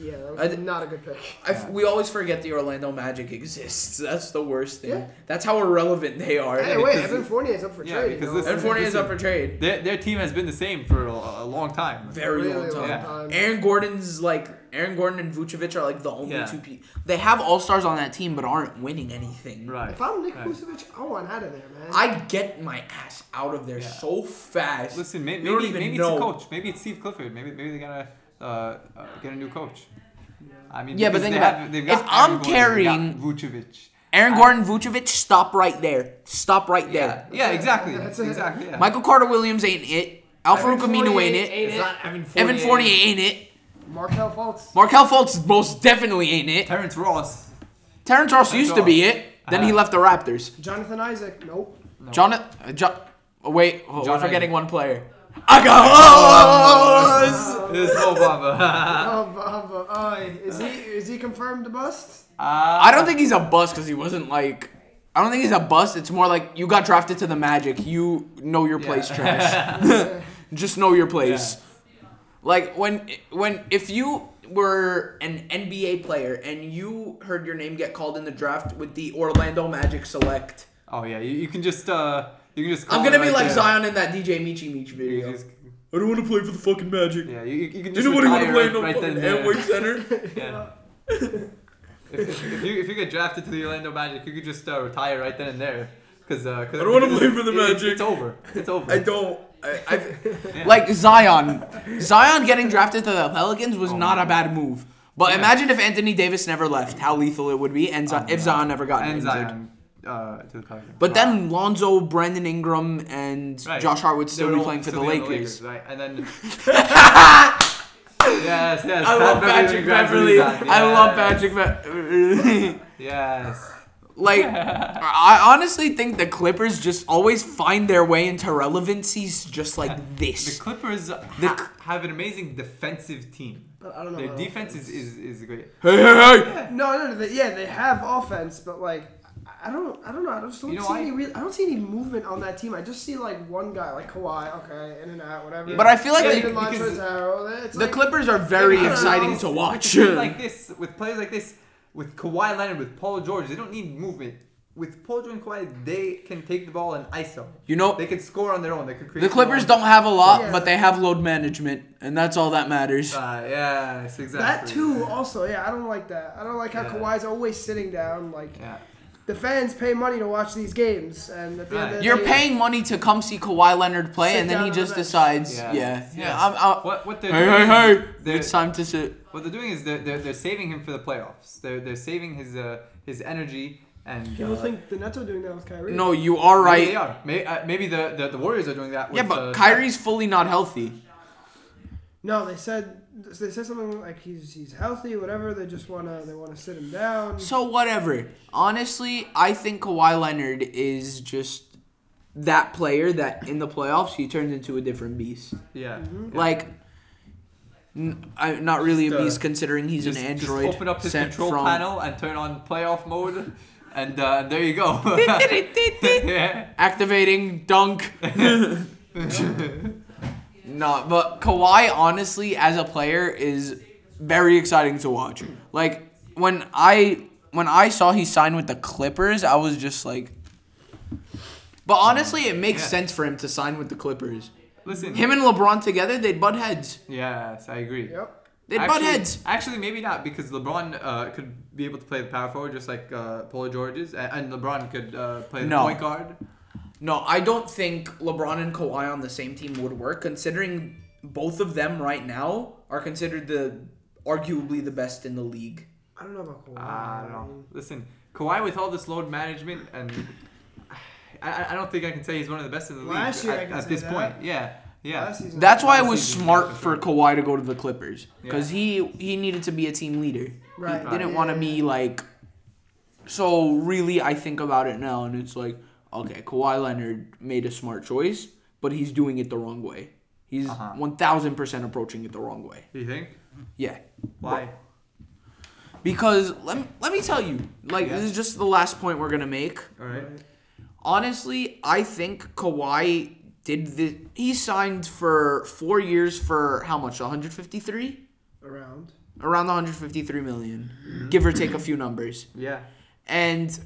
C: Yeah, that was
D: I d-
C: not a good pick.
D: I f we always forget the Orlando Magic exists. That's the worst thing.
C: Yeah.
D: That's how irrelevant they are.
C: Hey, wait, Evan Fournier's up for
A: Yeah,
C: trade.
A: because
C: you know?
A: this-
D: and Fournier's up for trade.
A: Their, their team has been the same for a, a long time.
D: Very
C: really
D: long time.
C: long
A: Yeah.
C: time.
D: Aaron Gordon's like Aaron Gordon and Vucevic are like the only
A: Yeah.
D: two people.
B: They have all stars on that team, but aren't winning anything.
A: Right.
C: If I'm Nick
A: right.
C: Vucevic, I want out of there, man.
D: I get my ass out of there
A: Yeah.
D: so fast.
A: Listen, may,
D: You don't
A: maybe
D: even
A: maybe
D: know.
A: it's a coach. Maybe it's Steve Clifford. Maybe maybe they gotta uh, uh, get a new coach. I mean,
B: Yeah,
A: because
B: but think
A: they
B: about it.
A: have, they've
B: If
A: got
B: I'm
A: Aaron Gordon,
B: carrying-
A: they've got Vucevic.
B: Aaron Gordon, Vucevic, stop right there. Stop right
A: Yeah,
B: there.
A: yeah, exactly,
C: That's it.
A: exactly. Yeah.
B: Michael Carter Williams ain't it. Alfredo Camino ain't it.
C: Ain't
E: It's
C: it.
E: not Evan Fournier.
B: Evan Fournier ain't it.
C: Markel Fultz.
B: Markel Fultz most definitely ain't it.
A: Terrence Ross.
B: Terrence Ross used to be it. Then he
A: Uh-huh.
B: left the Raptors.
C: Jonathan Isaac. Nope.
B: John, uh, John oh, wait, oh,
A: John
B: we're forgetting
A: Isaac.
B: one player. I got
A: This is Ah. Mo Bamba.
B: Ah.
C: Oh, Bamba. Oh, is he is he confirmed to bust?
B: I don't think he's a bust because he wasn't like. I don't think he's a bust. It's more like you got drafted to the Magic. You know your place, trash. Just know your place.
D: Like when when if you were an NBA player and you heard your name get called in the draft with the Orlando Magic select,
A: Oh yeah, you, you can just uh, you can just.
D: I'm
A: call
D: gonna
A: it
D: be
A: right
D: like
A: there.
D: Zion in that DJ Michi Michi
A: You
D: video.
A: just-
D: I don't want to play for the fucking Magic.
A: Yeah, you, you you can just.
D: Anybody want to
A: retire
D: play in the
A: right then
D: fucking
A: and there.
D: Amway Center?
A: Yeah. if, if, if you if you get drafted to the Orlando Magic, you could just uh, retire right then and there. Because uh, cause, I
D: don't wanna play for the Magic.
A: It's over. It's over.
D: I don't. I, I've,
B: Like Zion. Zion getting drafted to the Pelicans
A: Oh
B: was not a bad move. But imagine if Anthony Davis never left, how lethal it would be, and Zi- if Zion never got
A: Oh and
B: injured.
A: Zion uh, to the Pelicans.
B: But then Lonzo, Brandon Ingram, and
A: Right.
B: Josh Hart would still
A: They would
B: be
A: all
B: playing for the
A: still be on
B: Lakers.
A: right? And then. yes, yes.
B: I
A: Pat
B: love
A: Beverly
B: Patrick
A: grabs
B: Beverly.
A: rebound.
B: I love
A: Yes,
B: Patrick Beverly.
A: Yes.
B: like, I honestly think the Clippers just always find their way into relevancies just like
A: The
B: this.
A: Clippers ha- have an amazing defensive team.
C: But I don't know.
A: Their
C: about
A: defense is, is, is great.
B: Hey, hey, hey!
C: offense. No, no, no. They, yeah, they have offense, but like, I- I don't, I don't know. I just don't
A: You know
C: see
A: why?
C: any. Real, I don't see any movement on that team. I just see like one guy, like Kawhi. Okay, in and out, whatever.
B: But I feel like
C: Save
B: they-
C: the
A: because-
C: Montrezl Harrell, it's
B: The
C: like-
B: Clippers are very
C: I don't know.
B: exciting
A: With
B: to
A: a
B: watch.
A: team like this, with players like this, with Kawhi Leonard, with Paul George, they don't need movement. With Paul George and Kawhi, they can take the ball and ISO.
B: You know,
A: They can score on their own. They can create.
B: the
A: their
B: Clippers
A: own-
B: don't have a lot,
C: Yeah.
B: but they have load management, and that's all that matters.
A: Uh, yes, exactly.
C: That too, also, yeah, I don't like that. I don't like how
A: Yeah.
C: Kawhi's always sitting down. Like
A: Yeah.
C: the fans pay money to watch these games, and at the end of
A: Right.
C: the
B: You're
C: day-
B: paying money to come see Kawhi Leonard play,
C: Sit
B: and then
C: down
B: he
C: on
B: just
C: the bench.
B: decides, yeah,
A: Yeah.
B: yeah,
A: Yes.
B: I'm out.
A: What what they're
B: Hey, hey,
A: doing
B: hey!
A: is they're-
B: It's time to sit.
A: what they're doing is they're, they're, they're saving him for the playoffs. They're they're saving his uh, his energy and.
C: People
A: uh,
C: think the Nets are doing that with Kyrie.
B: No, you are
A: maybe
B: right.
A: They are. May, uh, maybe the, the, the Warriors are doing that. With,
B: Yeah, but
A: uh,
B: Kyrie's fully not healthy.
C: no, they said they said something like he's he's healthy, whatever. They just wanna they wanna sit him down.
B: So whatever. Honestly, I think Kawhi Leonard is just that player that in the playoffs he turns into a different beast.
A: Yeah.
C: Mm-hmm.
A: yeah.
B: Like, n- I, not really
A: Just,
B: a
A: uh,
B: beast considering he's
A: just,
B: an
A: just
B: android.
A: open up his
B: sent
A: control
B: from-
A: panel and turn on playoff mode, and uh, there you go. yeah.
B: Activating dunk. no, but Kawhi honestly as a player is very exciting to watch. Like when I when I saw he signed with the Clippers, I was just like But honestly, it makes
A: Yeah.
B: sense for him to sign with the Clippers.
A: Listen.
B: Him and LeBron together, they'd butt heads.
A: yes, I agree.
C: Yep.
B: They'd butt heads.
A: Actually, maybe not because LeBron uh, could be able to play the power forward just like uh, Paul George is, a- and LeBron could uh, play the
B: No.
A: point guard.
D: no, I don't think LeBron and Kawhi on the same team would work, considering both of them right now are considered the arguably the best in the league.
C: I don't know about Kawhi.
A: I don't know. Listen, Kawhi with all this load management, and I- I, I don't think I can say he's one of the best in the league
C: Last year I
A: at,
C: can
A: at
C: say
A: this
C: that.
A: point. Yeah, yeah.
C: Last season-
B: That's why it was
A: Honestly,
B: smart
A: yeah.
B: for Kawhi to go to the Clippers because he he needed to be a team leader.
C: Right.
B: He didn't want to be like. So really, I think about it now, and it's like, okay, Kawhi Leonard made a smart choice, but he's doing it the wrong way. He's
A: Uh-huh.
B: one thousand percent approaching it the wrong way.
A: You think?
B: Yeah,
A: Why?
B: because let me, let me tell you, like this is just the last point we're gonna make.
A: All right.
B: Honestly, I think Kawhi did the. He signed for four years for how much? One hundred fifty three.
C: Around.
B: around 153 million,
A: Mm-hmm.
B: give or take a few numbers.
A: Yeah.
B: And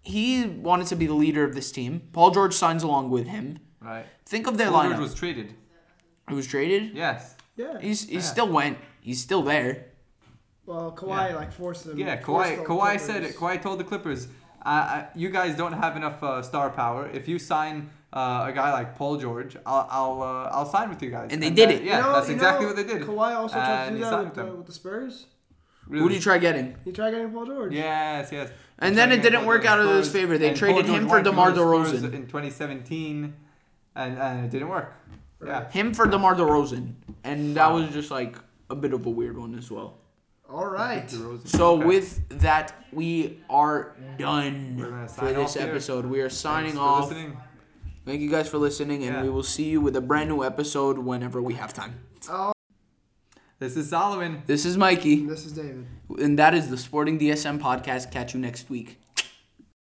B: he wanted to be the leader of this team. Paul George signs along with him.
A: Right.
B: Think of their
A: Paul
B: lineup.
A: George was traded.
B: Who was traded?
A: Yes.
C: Yeah.
B: He's he
A: Yeah.
B: still went. He's still there.
C: Well, Kawhi
A: Yeah.
C: like forced them.
A: Yeah,
C: forced
A: Kawhi.
C: the
A: Kawhi said
C: Clippers.
A: it. Kawhi told the Clippers, I, I, "You guys don't have enough uh, star power. If you sign uh, a guy like Paul George, I'll I'll, uh, I'll sign with you guys."
B: And they did
A: that-
B: it.
A: Yeah,
C: You know-
A: that's
C: you
A: exactly
C: know,
A: what they did.
C: Kawhi also tried to
A: And
C: do
A: he
C: that
A: signed
C: with the,
A: them.
C: with the Spurs.
A: Really.
B: Who did you try getting?
C: He tried getting Paul George.
A: Yes, yes. They
B: And then
A: tried
B: it
A: getting
B: didn't
A: Paul
B: work
A: George
B: out in his
A: Spurs,
B: favor. They
A: and
B: traded
A: Paul
B: him
A: George
B: for
A: wanted to go to
B: DeMar
A: Spurs
B: DeRozan.
A: in 2017, and and it didn't work. Yeah.
B: Him for DeMar DeRozan. And that was just like a bit of a weird one as well.
C: All right.
A: DeRozan.
B: So
A: Okay.
B: with that, we are done
A: We're gonna
B: for
A: sign
B: this
A: off here.
B: episode. We are
A: Thanks
B: signing
A: for
B: off.
A: listening.
B: Thank you guys for listening, and
A: Yeah.
B: we will see you with a brand new episode whenever we have time.
C: Oh,
A: This is Solomon.
B: This is Mikey,
C: this is David.
B: and that is the Sporting DSM podcast. Catch you next week.